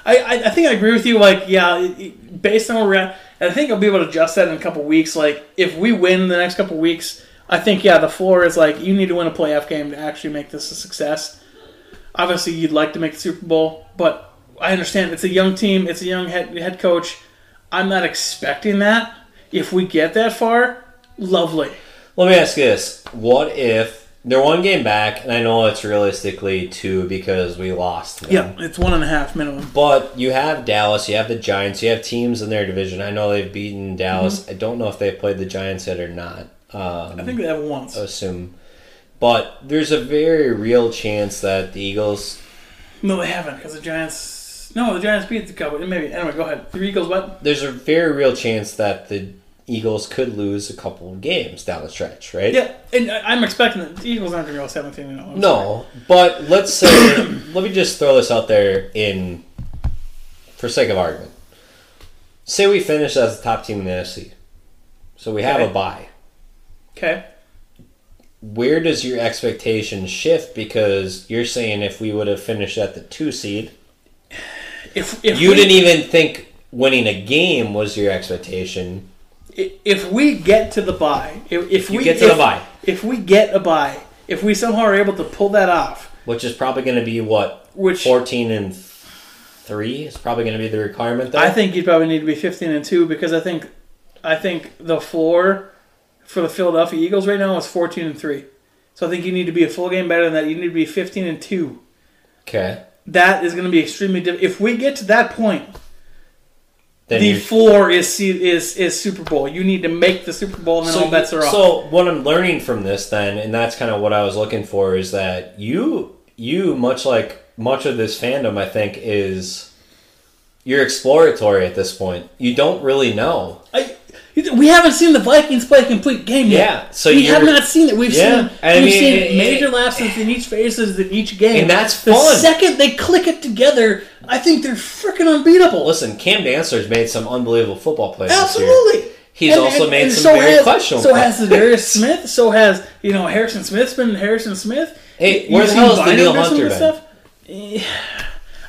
I, I, I think I agree with you. Like, yeah, it- it- based on where we're at, and I think I'll be able to adjust that in a couple weeks. Like, if we win the next couple weeks, I think yeah, the floor is like you need to win a playoff game to actually make this a success. Obviously, you'd like to make the Super Bowl, but I understand it's a young team, it's a young head head coach. I'm not expecting that. If we get that far, lovely. Let me ask you this: What if they're one game back, and I know it's realistically two because we lost. them. Yeah, it's one and a half minimum. But you have Dallas, you have the Giants, you have teams in their division. I know they've beaten Dallas. I don't know if they've played the Giants yet or not. Um, I think they have once. assume, but there's a very real chance that the Eagles. No, they haven't because the Giants. No, the Giants beat the Cowboys. Maybe anyway. Go ahead. The Eagles. What? There's a very real chance that the Eagles could lose a couple of games down the stretch, right? Yeah, and I- I'm expecting that the Eagles aren't going to go seventeen and oh. zero. No, but let's say let me just throw this out there in for sake of argument. Say we finish as the top team in the NFC. So we have Okay. a bye. Okay. Where does your expectation shift because you're saying if we would have finished at the 2 seed, If if you we, didn't e- even think winning a game was your expectation. i- if we get to the bye, if, if You we get to the if- bye. if we get a bye, if we somehow are able to pull that off, Which is probably going to be what Which- fourteen and three is probably going to be the requirement. There, I think you'd probably need to be fifteen and two because I think I think the floor for the Philadelphia Eagles right now is fourteen and three. So I think you need to be a full game better than that. You need to be fifteen and two. okay. That is going to be extremely difficult. If we get to that point, Then the you're- floor is se- is is Super Bowl. You need to make the Super Bowl, and then all bets are off. so what I'm learning from this then, and that's kind of what I was looking for, is that you you much like much of this fandom, I think, is you're exploratory at this point. You don't really know. I, we haven't seen the Vikings play a complete game yet. Yeah, so we have you're- not seen it. We've Yeah, seen I we've mean, seen it- major it- lapses in each phases in each game, And that's the fun. second they click it together, I think they're freaking unbeatable. Listen, Cam Dancer's made some unbelievable football plays. this year. Absolutely. He's also made some very has, questionable So plays. has Darius Smith. So has you know Harrison Smith's been Harrison Smith. Hey, You- where you've the seen hell has Bynum do Daniil some of Hunter this been?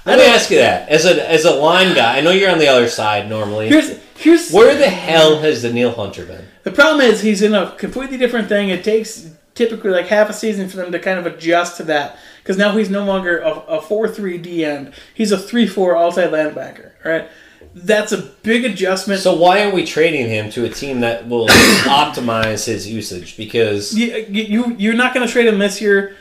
Let me ask you that as a as a line guy. I know you're on the other side normally. Here's here's Where the hell has the Neil Hunter been? The problem is he's in a completely different thing. It takes typically like half a season for them to kind of adjust to that because now he's no longer a, a 4-3 D end. He's a 3-4 outside linebacker, right? That's a big adjustment. So why are we trading him to a team that will optimize his usage? Because you, you, you're not going to trade him this year.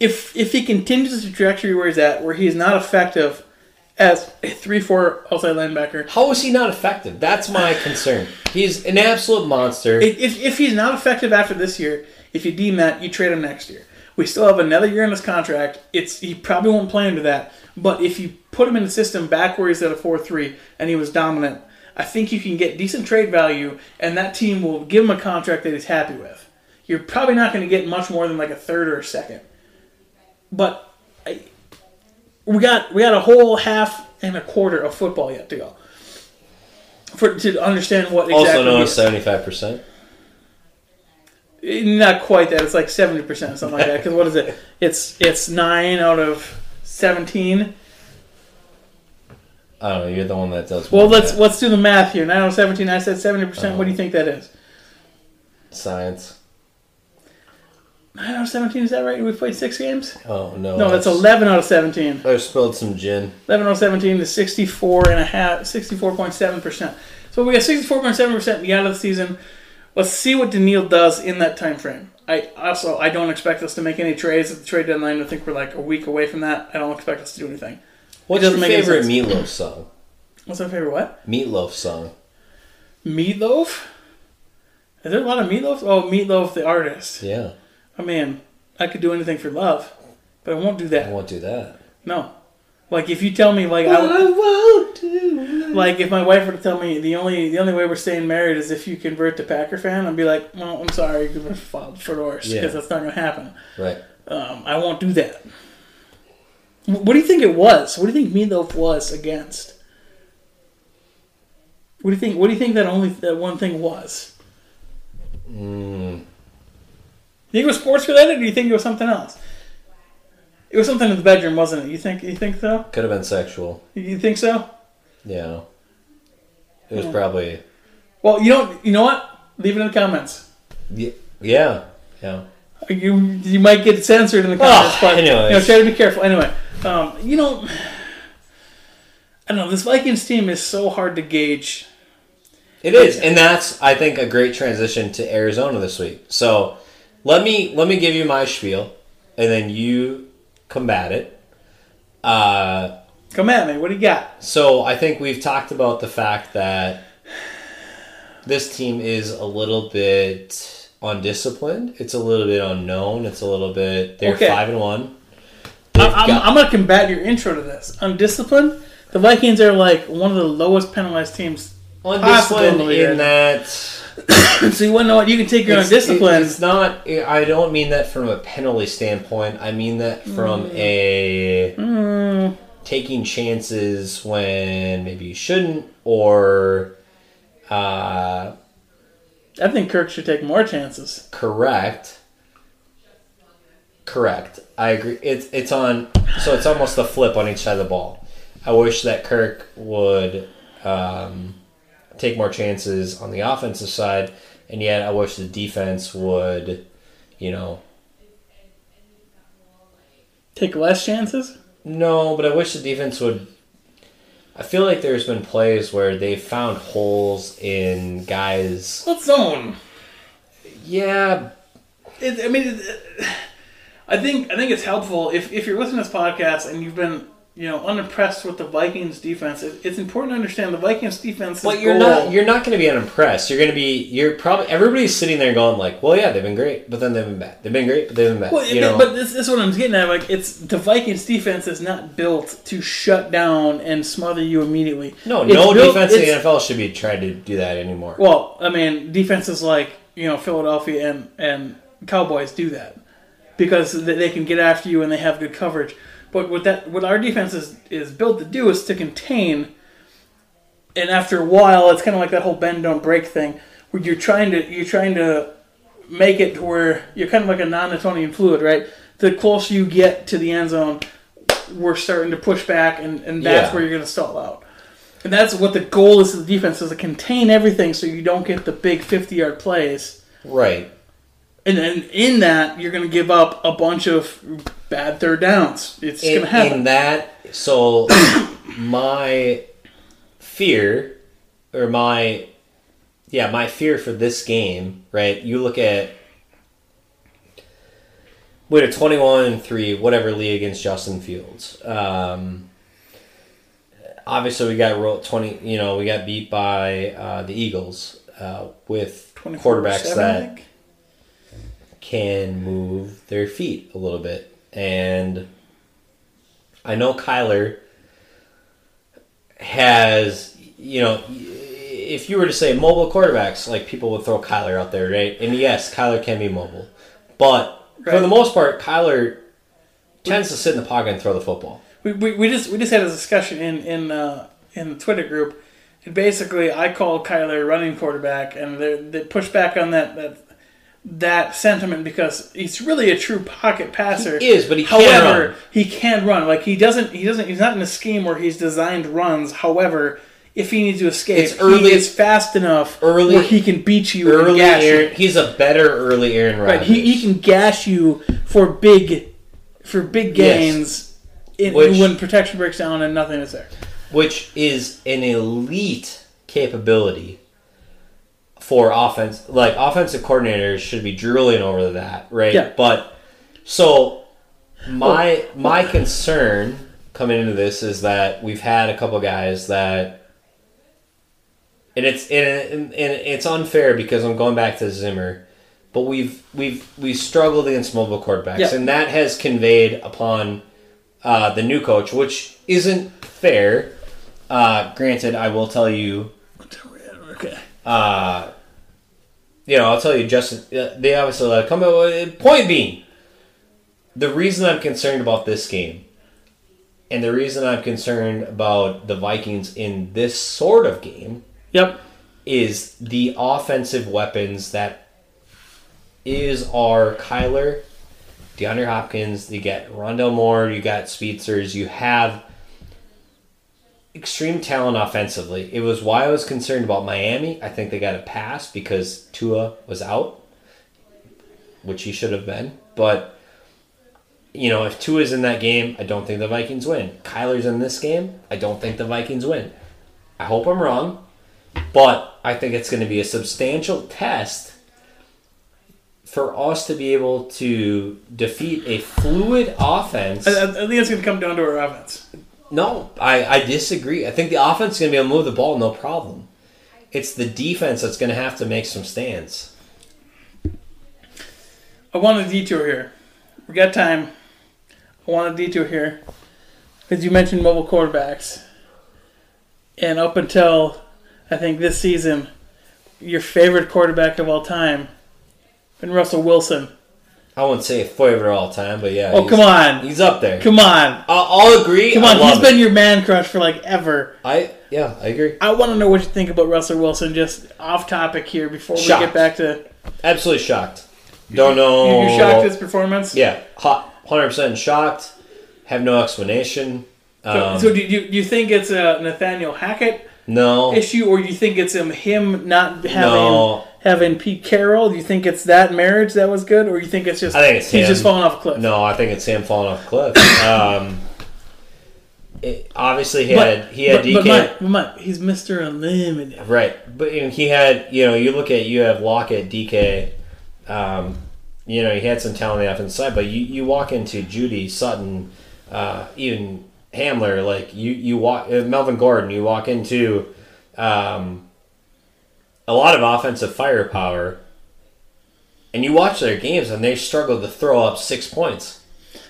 If if he continues the trajectory where he's at, where he's not effective as a 3-4 outside linebacker, how is he not effective? That's my concern. He's an absolute monster. If- If, if he's not effective after this year, if you deem that, you trade him next year. We still have another year in his contract. It's he probably won't play into that. But if you put him in a system back where he's at a four three and he was dominant, I think you can get decent trade value, and that team will give him a contract that he's happy with. You're probably not going to get much more than like a third or a second. But I, we got we got a whole half and a quarter of football yet to go for to understand what exactly. also known he as is. seventy five percent. Not quite that. It's like seventy percent, something like that. Because what is it? It's it's nine out of seventeen. I don't know. You're the one that does. Well, more let's math. let's do the math here. Nine out of seventeen. I said seventy percent. What do you think that is? science. Nine out of seventeen. Is that right? We played six games. Oh no. No, that's eleven out of seventeen. I spilled some gin. 11 or 17 to 64 and a half 64.7% so we got 64.7% in the end of the season let's see what Daniil does in that time frame I also I don't expect us to make any trades at the trade deadline. I think we're like a week away from that. I don't expect us to do anything. What's your doesn't make any favorite sense. meatloaf song? What's my favorite what? Meatloaf song. Meatloaf? Is there a lot of meatloaf? Oh, Meatloaf the artist. Yeah, I mean, I could do anything for love, but I won't do I that. won't do that. No. Like if you tell me like I won't do. like if my wife were to tell me the only the only way we're staying married is if you convert to Packer fan, I'd be like, well, I'm sorry, you're gonna file for divorce Yeah. because that's not gonna happen. Right. Um, I won't do that. Wh- What do you think it was? What do you think Meatloaf was against? What do you think? What do you think that only that one thing was? You think it was sports related, or do you think it was something else? It was something in the bedroom, wasn't it? You think? You think so? Could have been sexual. You think so? Yeah. It was probably. Well, you don't. You know what? Leave it in the comments. Yeah. Yeah. yeah. You you might get censored in the comments, Oh, but anyways. you know, try to be careful. Anyway, um, you know, I don't know. This Vikings team is so hard to gauge. It is, and that's I think a great transition to Arizona this week. So let me let me give you my spiel, and then you combat it. Uh, Come at me. What do you got? so I think we've talked about the fact that this team is a little bit undisciplined. It's a little bit unknown. It's a little bit they're Okay. five and one. I, They've I'm, got- I'm going to combat your intro to this. Undisciplined. The Vikings are like one of the lowest penalized teams. undisciplined possibly in in- that so you want to know what you can take your It's- undisciplined. It's not. I don't mean that from a penalty standpoint. I mean that from a taking chances when maybe you shouldn't, or uh, I think Kirk should take more chances. correct. Correct. I agree. It's it's on. So it's almost the flip on each side of the ball. I wish that Kirk would um, take more chances on the offensive side, and yet I wish the defense would, you know, Take less chances. No, but I wish the defense would. I feel like there's been plays where they found holes in guys. Let's zone. Yeah, It, I mean, it, I think I think it's helpful if, if you're listening to this podcast and you've been you know unimpressed with the Vikings defense. It, it's important to understand the Vikings defense. but you're not. You're not going to be unimpressed. You're going to be. You're probably. Everybody's sitting there going like, "Well, yeah, they've been great, but then they've been bad. They've been great, but they've been bad." Well, you know. but this, this is what I'm getting at. Like, it's the Vikings defense is not built to shut down and smother you immediately. no, It's no built- defense in the it's- NFL should be trying to do that anymore. Well, I mean, defenses like you know Philadelphia and and Cowboys do that because they they can get after you and they have good coverage. But what that what our defense is is built to do is to contain. And after a while, it's kind of like that whole bend don't break thing, where you're trying to you're trying to make it to where you're kind of like a non-Newtonian fluid, right? The closer you get to the end zone, we're starting to push back, and, and that's Yeah. where you're going to stall out. And that's what the goal is of the defense is to contain everything so you don't get the big 50 yard plays. right. And then in that, you're going to give up a bunch of bad third downs. It's going in, to happen. in that so my fear or my yeah my fear for this game right you look at we had a 21 and 3 whatever lead against justin fields um obviously we got rolled 20 you know we got beat by uh, the eagles uh, with 24-7, quarterbacks I that think. can move their feet a little bit. And I know Kyler has, you know, if you were to say mobile quarterbacks, like people would throw Kyler out there, right? And yes, Kyler can be mobile. But for Right. the most part, Kyler tends to sit in the pocket and throw the football. We, we, we just we just had a discussion in in uh, in the Twitter group, and basically I called Kyler running quarterback, and they they pushed back on that that that sentiment because he's really a true pocket passer. He is, but he can however run. he can run. Like he doesn't he doesn't he's not in a scheme where he's designed runs. However. If he needs to escape, It's early- he is fast enough early- where he can beat you and Early gash you. Aaron, he's a better early Aaron Right, Rodgers. he, he can gash you for big for big Yes. gains in, Which- when protection breaks down and nothing is there. which is an elite capability for offense. Like offensive coordinators should be drooling over that, right? Yeah. But so my my concern coming into this is that we've had a couple guys that, and it's and, and, and it's unfair because I'm going back to Zimmer, but we've we've we've struggled against mobile quarterbacks, Yeah. and that has conveyed upon uh, the new coach, which isn't fair. Uh, granted, I will tell you Okay. you know, I'll tell you, Justin, uh, they obviously let it come. but, uh, Point being, the reason I'm concerned about this game, and the reason I'm concerned about the Vikings in this sort of game, Yep. is the offensive weapons that is our Kyler, DeAndre Hopkins, you got Rondell Moore, you got Speetzers, you have extreme talent offensively. It was why I was concerned about Miami. I think they got a pass because Tua was out, which he should have been. But you know, if Tua's in that game, I don't think the Vikings win. Kyler's in this game, I don't think the Vikings win. I hope I'm wrong. But I think it's going to be a substantial test for us to be able to defeat a fluid offense. I, I I think it's going to come down to our offense. No, I, I disagree. I think the offense is going to be able to move the ball no problem. It's the defense that's going to have to make some stands. I want a detour here. We got time. I want a detour here because you mentioned mobile quarterbacks, and up until I think this season, your favorite quarterback of all time, been Russell Wilson. I wouldn't say a favorite all time, but yeah. Oh he's- come on, He's up there. come on, I'll, I'll agree. come I on! He's love been it. your man crush for like ever. I yeah, I agree. I want to know what you think about Russell Wilson. Just off topic here before we Shocked. get back to Absolutely shocked. Don't know. you, you shocked his performance. Oh. Yeah, hundred percent shocked. Have no explanation. So, Um, so do you you think it's a Nathaniel Hackett no, issue, or do you think it's him him not having No. having Pete Carroll? Do you think it's that marriage that was good, or you think it's just I think it's he's him. just falling off a cliff? no. I think it's Sam falling off a cliff. um, it, obviously, he had he had but, DK. but Mike, but Mike, he's Mister Unlimited. Right, but you know, he had you know you look at you have Lockett, DK, um, you know he had some talent on the offensive side, but you, you walk into Judy Sutton, uh, even Hamler, like you you walk uh, Melvin Gordon, you walk into um, a lot of offensive firepower, and you watch their games and they struggle to throw up six points,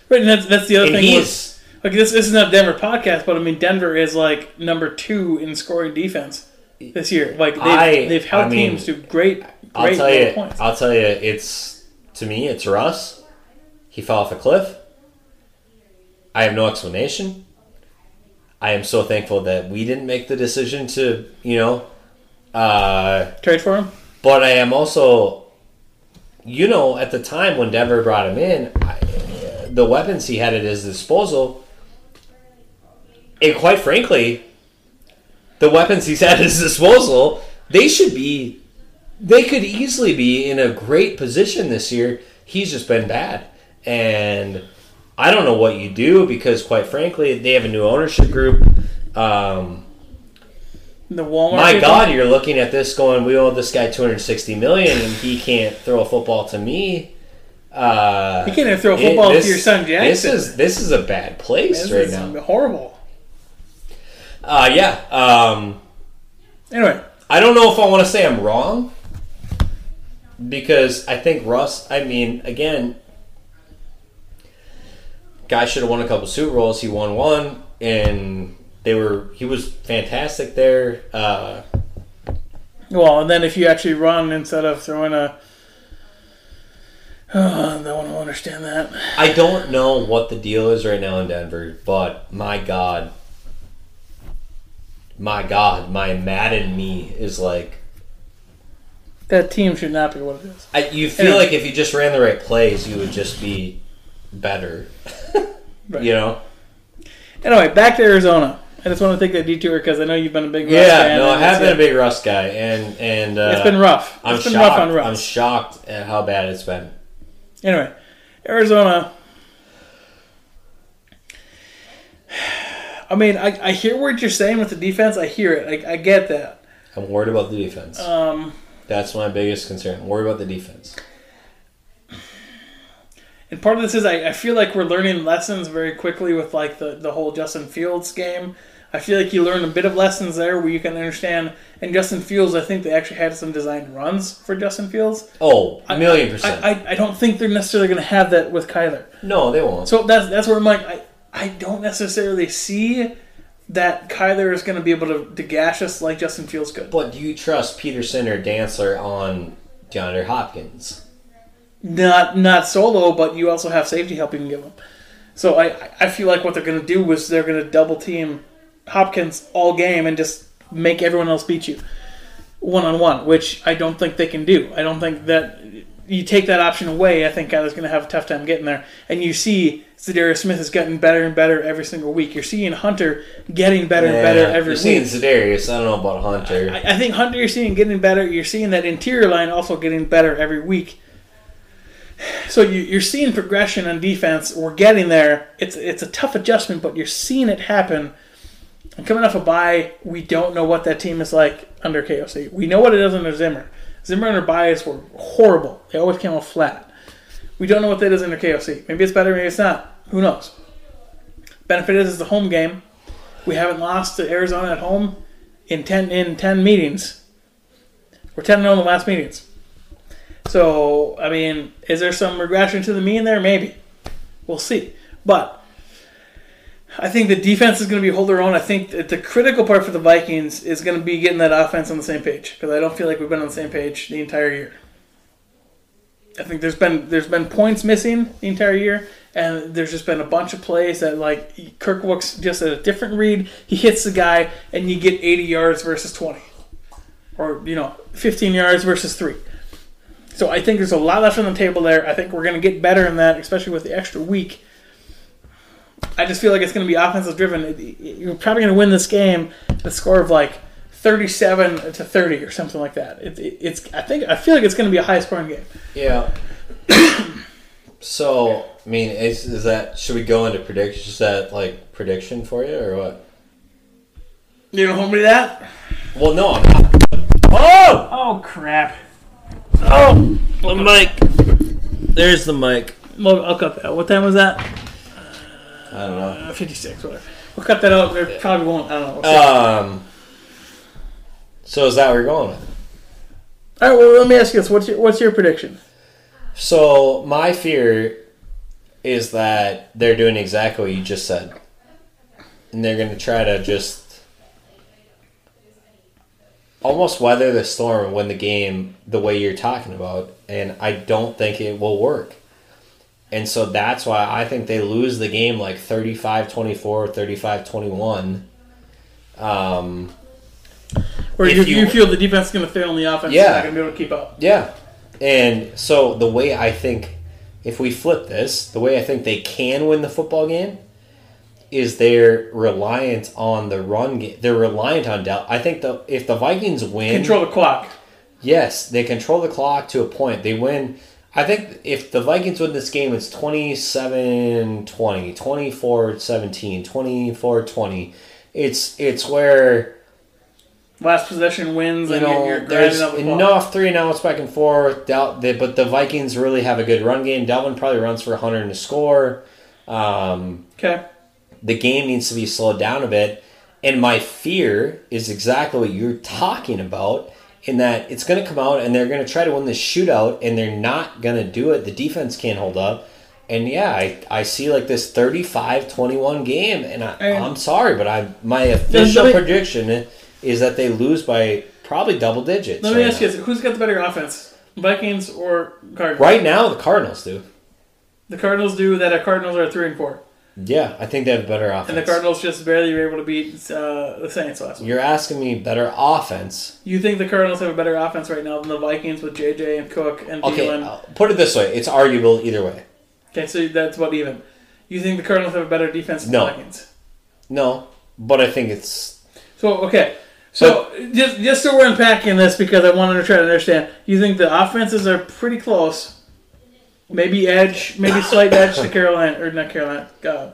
Right, and that's that's the other and thing. Was, he's like this, this is not Denver podcast, but I mean Denver is like number two in scoring defense this year. Like they've, I- they've held I mean, teams to great great I'll tell little you. points. I'll tell you. It's to me. It's Russ. He fell off a cliff. I have no explanation. I am so thankful that we didn't make the decision to, you know, uh, Trade for him. but I am also, you know, at the time when Denver brought him in, I, the weapons he had at his disposal, and quite frankly, the weapons he's at his disposal, they should be, they could easily be in a great position this year. He's just been bad. And I don't know what you do because, quite frankly, they have a new ownership group. Um, The Walmart. my people. God, you're looking at this going, we owe this guy 260 million, and he can't throw a football to me. Uh, You can't even throw a it- football this- to your son Jackson. This is this is a bad place This right is now. horrible. Uh, yeah, um, Anyway, I don't know if I want to say I'm wrong because I think Russ. I mean, again, guy should have won a couple Super Bowls. He won one, and they were he was fantastic there. Uh, well, and then if you actually run instead of throwing a, oh, no one will understand that. I don't know what the deal is right now in Denver, but my God, my God, my Madden me is like That team should not be what it is. I, you feel Yeah. like if you just ran the right plays, you would just be better. Right. You know? Anyway, back to Arizona. I just want to take that detour because I know you've been a big Russ Yeah, fan no, I and have it's- been a big Russ guy, and and uh, It's been rough. I'm it's been shocked. rough on I'm Russ. shocked at how bad it's been. anyway, Arizona. I mean, I, I hear what you're saying with the defense. I hear it. I, I get that. Um, I'm worried about the defense. That's my biggest concern. Worry about the defense. And part of this is I, I feel like we're learning lessons very quickly with like the, the whole Justin Fields game. I feel like you learn a bit of lessons there where you can understand. And Justin Fields, I think they actually had some designed runs for Justin Fields. Oh, a million percent. I, I, I don't think they're necessarily going to have that with Kyler. no, they won't. So that's that's where I'm like, I, I don't necessarily see that Kyler is going to be able to, to gash us like Justin Fields could. but do you trust Peterson or Dantzler on DeAndre Hopkins? Not not solo, but you also have safety help you can give him. So I I feel like what they're going to do is they're going to double team Hopkins all game and just make everyone else beat you one on one, which I don't think they can do. I don't think that you take that option away. I think Kyler's going to have a tough time getting there. And you see. Zadarius Smith has gotten better and better every single week. You're seeing Hunter getting better and better every You're week. seeing Zedarius. I don't know about Hunter. I, I think Hunter you're seeing getting better. You're seeing that interior line also getting better every week. So you, you're seeing progression on defense. We're getting there. It's it's a tough adjustment, but you're seeing it happen. And coming off a bye, we don't know what that team is like under KOC. We know what it is under Zimmer. Zimmer and her buys were horrible. They always came off flat. We don't know what that is under KOC. Maybe it's better, maybe it's not. Who knows? Benefit is it's a home game. We haven't lost to Arizona at home in ten in ten meetings. We're ten and zero in the last meetings. So I mean, is there some regression to the mean there? Maybe. We'll see. But I think the defense is going to be hold their own. I think that the critical part for the Vikings is going to be getting that offense on the same page because I don't feel like we've been on the same page the entire year. I think there's been there's been points missing the entire year, and there's just been a bunch of plays that like Kirk looks just at a different read. He hits the guy, and you get 80 yards versus 20, or you know 15 yards versus three. So I think there's a lot left on the table there. I think we're going to get better in that, especially with the extra week. I just feel like it's going to be offensive driven. It- it- You're probably going to win this game at a score of like 37 to 30 or something like that. It, it, it's I think I feel like it's going to be a high scoring game. Yeah. so, I mean, is, is that should we go into predictions? Is that like prediction for you or what? You don't hold me to that? Well, no, I'm not. Oh, Oh crap! oh, the mic. There's the mic. Well, I'll cut that. What time was that? I don't know. Uh, Fifty-six, whatever. We'll cut that out. There probably won't. I don't know. Um. So is that where you're going with? it? All right. Well, let me ask you this: What's your what's your prediction? So my fear is that they're doing exactly what you just said, and they're going to try to just almost weather the storm, and win the game the way you're talking about, and I don't think it will work. And so that's why I think they lose the game like 35-24 or 35-21. Um, Or If you, you- you feel the defense is going to fail on the offense? Yeah. Yeah, not going to be able to keep up. Yeah. And so the way I think, if we flip this, the way I think they can win the football game is they're reliant on the run game. They're reliant on Dell. I think the if the Vikings win, Control the clock. yes, they control the clock to a point. They win. I think if the Vikings win this game, it's 27 20, 24 17, 24 20. It's, it's where Last possession wins, you and know, you're, you're there's grinding out the clock. enough three and outs back and forth. Dal- they, but the Vikings really have a good run game. Dalvin probably runs for 100 and a score. Um, Okay. the game needs to be slowed down a bit. And my fear is exactly what you're talking about in that it's going to come out and they're going to try to win the shootout and they're not going to do it. The defense can't hold up. And yeah, I, I see like this 35 21 game. And I, And- I'm sorry, but I my official me- prediction is that they lose by probably double digits. Let me right ask you now. this: Who's got the better offense, Vikings or Cardinals? Right now, the Cardinals do. The Cardinals do that. The Cardinals are three and four, Yeah, I think they have better offense. and the Cardinals just barely were able to beat uh, the Saints last week. You're asking me better offense. You think the Cardinals have a better offense right now than the Vikings with JJ and Cook and Okay, Thielen? uh, put it this way: it's arguable either way. Okay, so that's about even. You think the Cardinals have a better defense than No. the Vikings? No, but I think it's So okay, so just just so we're unpacking this because I wanted to try to understand. You think the offenses are pretty close? Maybe edge, maybe slight edge to Carolina or not Carolina, uh,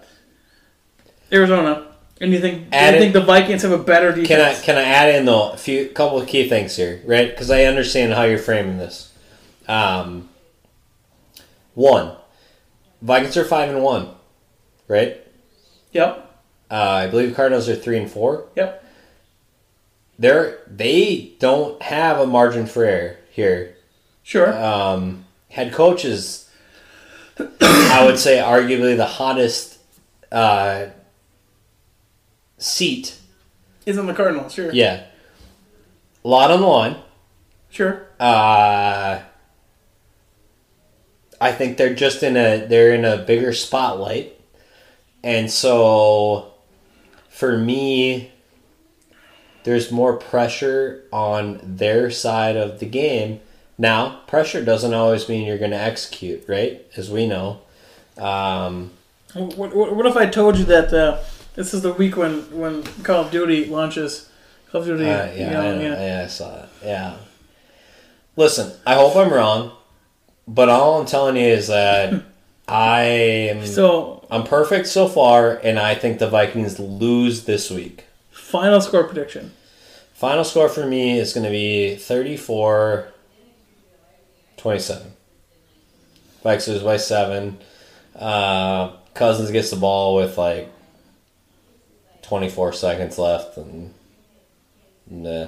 Arizona, And you think Add you it- think the Vikings have a better defense? Can I can I add in though a few couple of key things here, right? Because I understand how you're framing this. Um, one, Vikings are five and one, right? Yep. Uh, I believe Cardinals are three and four. Yep. They're they don't have a margin for error here. Sure. Um, head coach is, I would say, arguably the hottest uh, seat. Is on the Cardinals. Sure. Yeah, a lot on the line. Sure. Uh, I think they're just in a they're in a bigger spotlight, and so for me, there's more pressure on their side of the game. Now, pressure doesn't always mean you're going to execute, right? As we know, um, What, what, what if I told you that uh, this is the week when, when Call of Duty launches? Call of Duty. uh, yeah, you I know, know, yeah. yeah, I saw that. Yeah. Listen, I hope I'm wrong, but all I'm telling you is that I am So I'm perfect so far, and I think the Vikings lose this week. final score prediction. Final score for me is going to be 34 27. Vikes lose by seven. Uh, Cousins gets the ball with like 24 seconds left, and nah.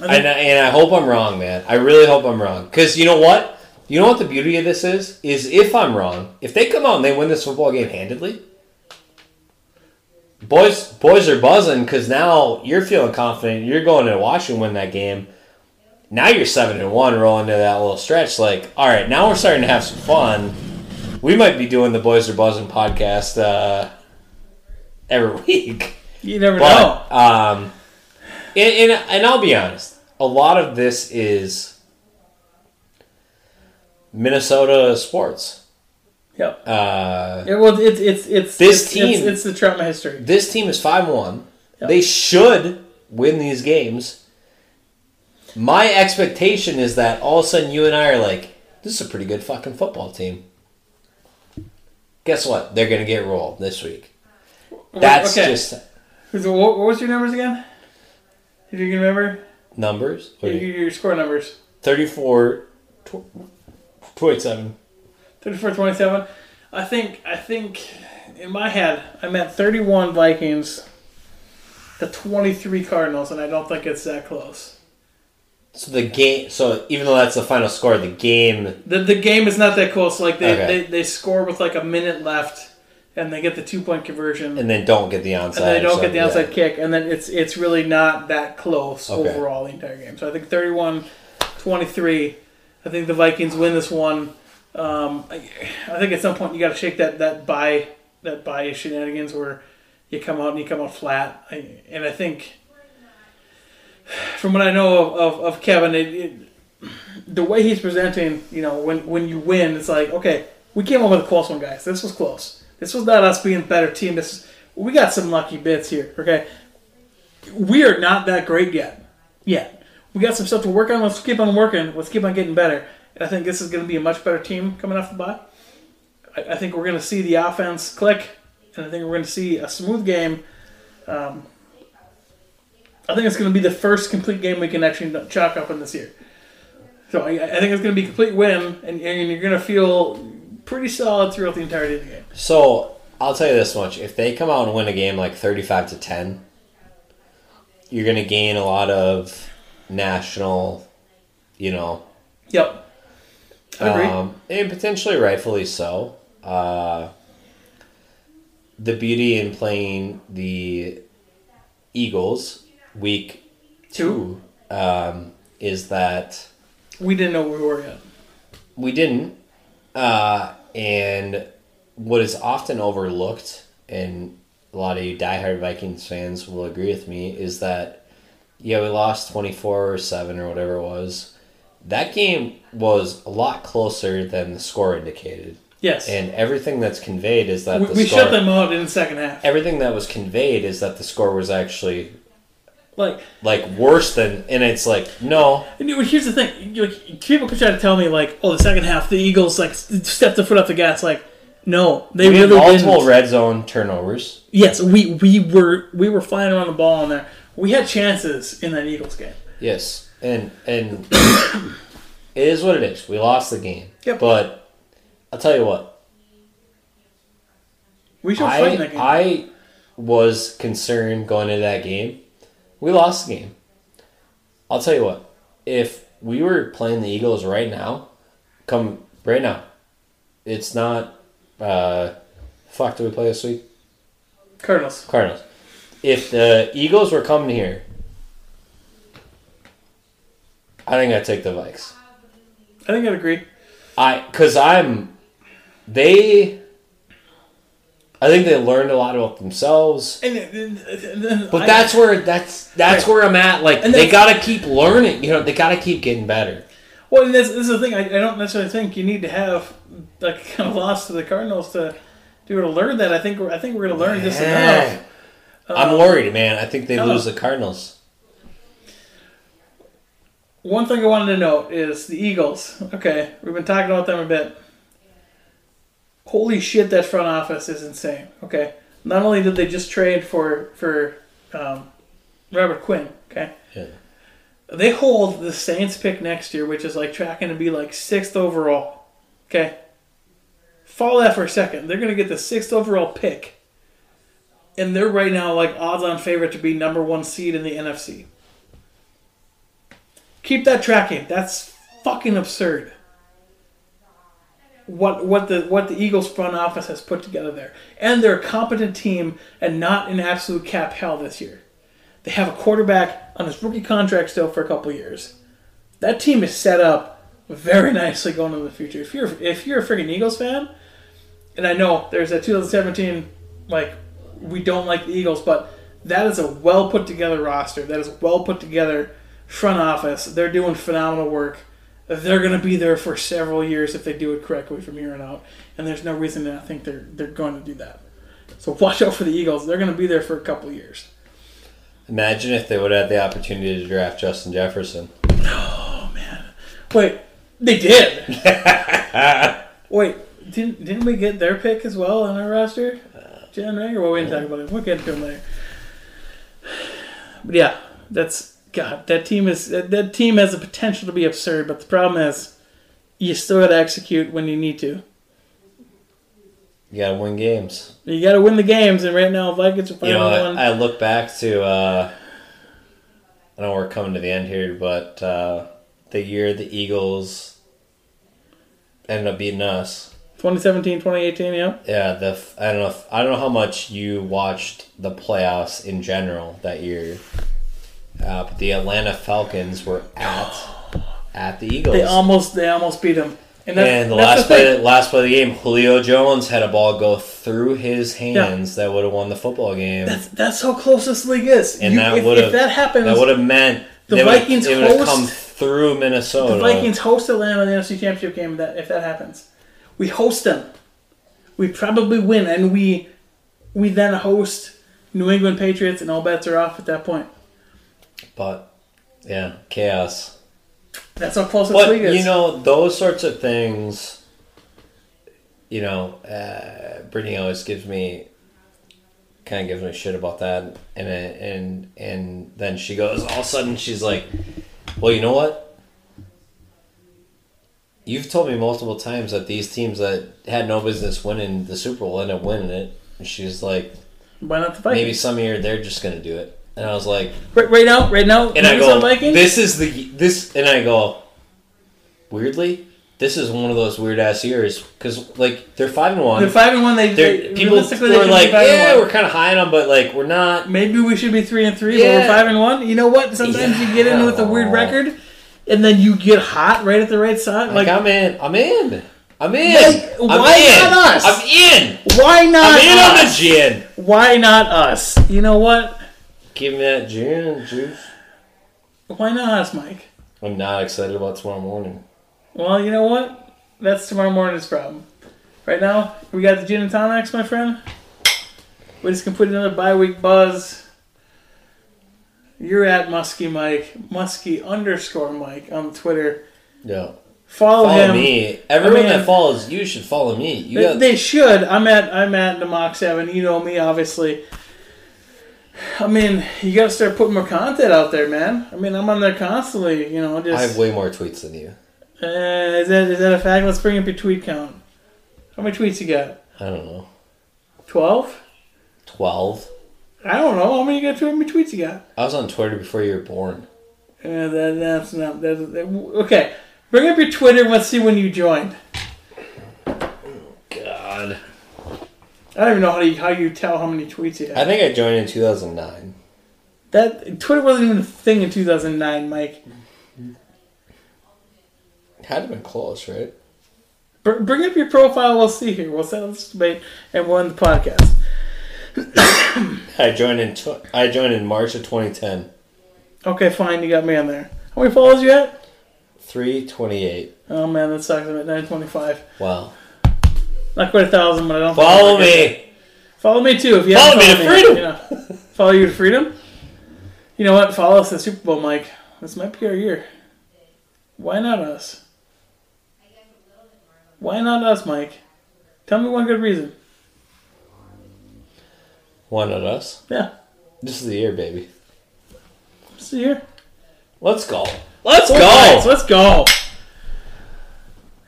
And I, and I hope I'm wrong, man. I really hope I'm wrong. Because you know what? You know what the beauty of this is? Is if I'm wrong, if they come out and they win this football game handedly, boys boys are buzzing because now you're feeling confident. You're going to Washington win that game. Now you're seven and one, rolling to that little stretch. Like, all right, now we're starting to have some fun. We might be doing the Boys Are Buzzing podcast uh, every week. You never know. But um, and, and and I'll be honest, a lot of this is Minnesota sports. Yep. Uh, Yeah, well, it's it's it's This it's, team- It's, it's the trauma history. this team is five one. They should win these games. My expectation is that all of a sudden you and I are like, this is a pretty good fucking football team. Guess what? They're gonna get rolled this week. That's okay. just So what, what was your numbers again? If you can remember numbers. What your, do you- your score numbers, 34 tw- 27. 34 27. I think I think in my head I'm at 31 Vikings to 23 Cardinals, and I don't think it's that close. So the game. So even though that's the final score, the game. The, the game is not that close. Like they, Okay. they, they score with like a minute left, and they get the two point conversion, and, And then don't get the onside. they don't so, get the outside yeah. kick, and then it's it's really not that close Okay. overall the entire game. So I think 31 23. I think the Vikings win this one. Um, I, I think at some point you got to shake that that buy that buy shenanigans where you come out and you come out flat. I, and I think from what I know of, of, of Kevin, it, it, the way he's presenting, you know, when when you win, it's like okay, we came up with a close one, guys. This was close. This was not us being a better team. This we got some lucky bits here. Okay, we are not that great yet. Yet we got some stuff to work on. Let's keep on working. Let's keep on getting better. And I think this is going to be a much better team coming off the bye. I, I think we're going to see the offense click, and I think we're going to see a smooth game. Um, I think it's going to be the first complete game we can actually chalk up in this year. So I, I think it's going to be a complete win, and, and you're going to feel pretty solid throughout the entirety of the game. So I'll tell you this much: if they come out and win a game like thirty-five to ten, you're going to gain a lot of national, you know, Yep. I agree. Um, and potentially rightfully so. Uh, the beauty in playing the Eagles week two Two. um, is that we didn't know where we were yet. we didn't. Uh, and what is often overlooked, and a lot of you diehard Vikings fans will agree with me, is that yeah, we lost twenty four or seven or whatever it was. That game was a lot closer than the score indicated, Yes. and everything that's conveyed is that we the we score, shut them out in the second half. Everything that was conveyed is that the score was actually Like, like worse than, and it's like no, and you- here's the thing: you- like, people could try to tell me, like, "Oh, the second half, the Eagles like s- stepped the foot off the gas." Like, No, they We had really multiple didn't. red zone turnovers. Yes, we we were we were flying around the ball in there. We had chances in that Eagles game. Yes, and and it is what it is. We lost the game. Yep. But I'll tell you what, We should fight in I that game. I was concerned going into that game. We lost the game. I'll tell you what, if we were playing the Eagles right now, come right now, it's not. Uh, fuck, do we play this week? Cardinals. Cardinals. If the Eagles were coming here, I think I'd take the Vikes. I think I'd agree. I because I'm they. I think they learned a lot about themselves, And, and- and- and but I- that's where that's that's where I'm at. Like And they that's- gotta keep learning. You know, they gotta keep getting better. well. And this, this is the thing. I, I don't necessarily think you need to have like kind of loss to the Cardinals to do to learn that. I think we're, I think we're going to learn just Yeah. enough. Uh, I'm worried, man. I think they no. lose the Cardinals. One thing I wanted to note is the Eagles. Okay, we've been talking about them a bit. Holy shit, that front office is insane. Okay, not only did they just trade for for um, Robert Quinn. Okay, Yeah. they hold the Saints pick next year, which is like tracking to be like sixth overall. Okay, follow that for a second. They're gonna get the sixth overall pick, and they're right now like odds on favorite to be number one seed in the NFC. Keep that tracking. That's fucking absurd. What what the what the Eagles front office has put together there, and they're a competent team and not in absolute cap hell this year. They have a quarterback on his rookie contract still for a couple years. That team is set up very nicely going into the future. If you're if you're a freaking Eagles fan, and I know there's that 2017 like we don't like the Eagles, but that is a well put together roster. That is a well put together front office. They're doing phenomenal work. They're going to be there for several years if they do it correctly from here on out. And there's no reason to not think they're they're going to do that. So watch out for the Eagles. They're going to be there for a couple years. Imagine if they would have had the opportunity to draft Justin Jefferson. Wait, they did. Wait, didn't didn't we get their pick as well on our roster? Jalen Rager. Well, we didn't talk about it. We'll get to him later. But yeah, that's God. That team is that, that team has the potential to be absurd, but the problem is, you still got to execute when you need to. You gotta win games. You got to win the games, and right now, Vikings are You playing know, one. I, I look back to, uh, I know we're coming to the end here, but uh, the year the Eagles ended up beating us. 2017, 2018, yeah. Yeah, the f- I don't know if, I don't know how much you watched the playoffs in general that year, uh, but the Atlanta Falcons were at at the Eagles. They almost they almost beat them. And, that's, and the that's last the play, thing. last play of the game, Julio Jones had a ball go through his hands that would have won the football game. That's, that's how close this league is. and You- that if- would if have that happens, That would have meant the they would've- Vikings They would have host- come through Minnesota. The Vikings host Atlanta in the NFC Championship game. That if that happens, we host them. We probably win, and we we then host New England Patriots, and all bets are off at that point. but yeah, chaos. That's how close this But league is. you know those sorts of things. You know, uh, Brittany always gives me kind of gives me shit about that, and and and then she goes all of a sudden she's like, "Well, you know what." You've told me multiple times that these teams that had no business winning the Super Bowl end up winning it. And she's like, why not the maybe Vikings? some year they're just gonna do it. And I was like, Right, right now, right now, and I Minnesota go, Vikings. this is the this, and I go, weirdly, this is one of those weird ass years because like they're five and one. they're five and one. They, They're- they people realistically, they were should be like, five and yeah, one. we're kind of high on them, but like we're not. Maybe we should be three and three, but Yeah. we're five and one. You know what? Sometimes you get in with a weird Yeah. record, and then you get hot right at the right side. Like, Like, I'm in, I'm in, I'm in. Like, I'm why in. not us? I'm in. why not? I'm in on the us? gin. Why not us? You know what? Give me that gin juice. Why not us, Mike? I'm not excited about tomorrow morning. Well, you know what? That's tomorrow morning's problem. Right now, we got the gin and tonics, my friend. We just can put another bye week buzz. You're at Muskie Mike, Muskie underscore Mike on Twitter. Yeah, Follow, Follow Oh, him. me. I Everyone mean- that follows you should follow me. You They, got they should. I'm at I'm at Namox Seven. You know me, obviously. I mean, you got to start putting more content out there, man. I mean, I'm on there constantly. You know, I just have way more tweets than you. uh, is that is that a fact? Let's bring up your tweet count. How many tweets you got? I don't know. Twelve? Twelve. I don't know. How many you got? How many tweets you got? I was on Twitter before you were born. Uh, that, that's not that, that- okay. Bring up your Twitter. and Let's see when you joined. God. I don't even know how you how you tell how many tweets you have. I think I joined in 2009. That Twitter wasn't even a thing in 2009, Mike. Had to have been close, right? Br- bring up your profile. We'll see here. We'll settle this debate and we'll end the podcast. I joined in. Tw- I joined in March of 2010. Okay, fine. You got me on there. How many followers you at? 328. Oh man, that sucks. I'm at 925. Wow. Not quite a thousand, but I don't. think I'm Follow gonna get me. there. Follow me too. If you Follow haven't me to followed me, you know. follow you to freedom. You know what? Follow us at Super Bowl, Mike. This might be our year. Why not us? Why not us, Mike? Tell me one good reason. One of us. Yeah, This is the year, baby. see here. Let's go. Let's All go. right, so let's go.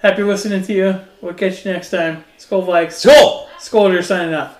Happy listening to you. We'll catch you next time. Skull Vikes. Let's go. Scolder signing off.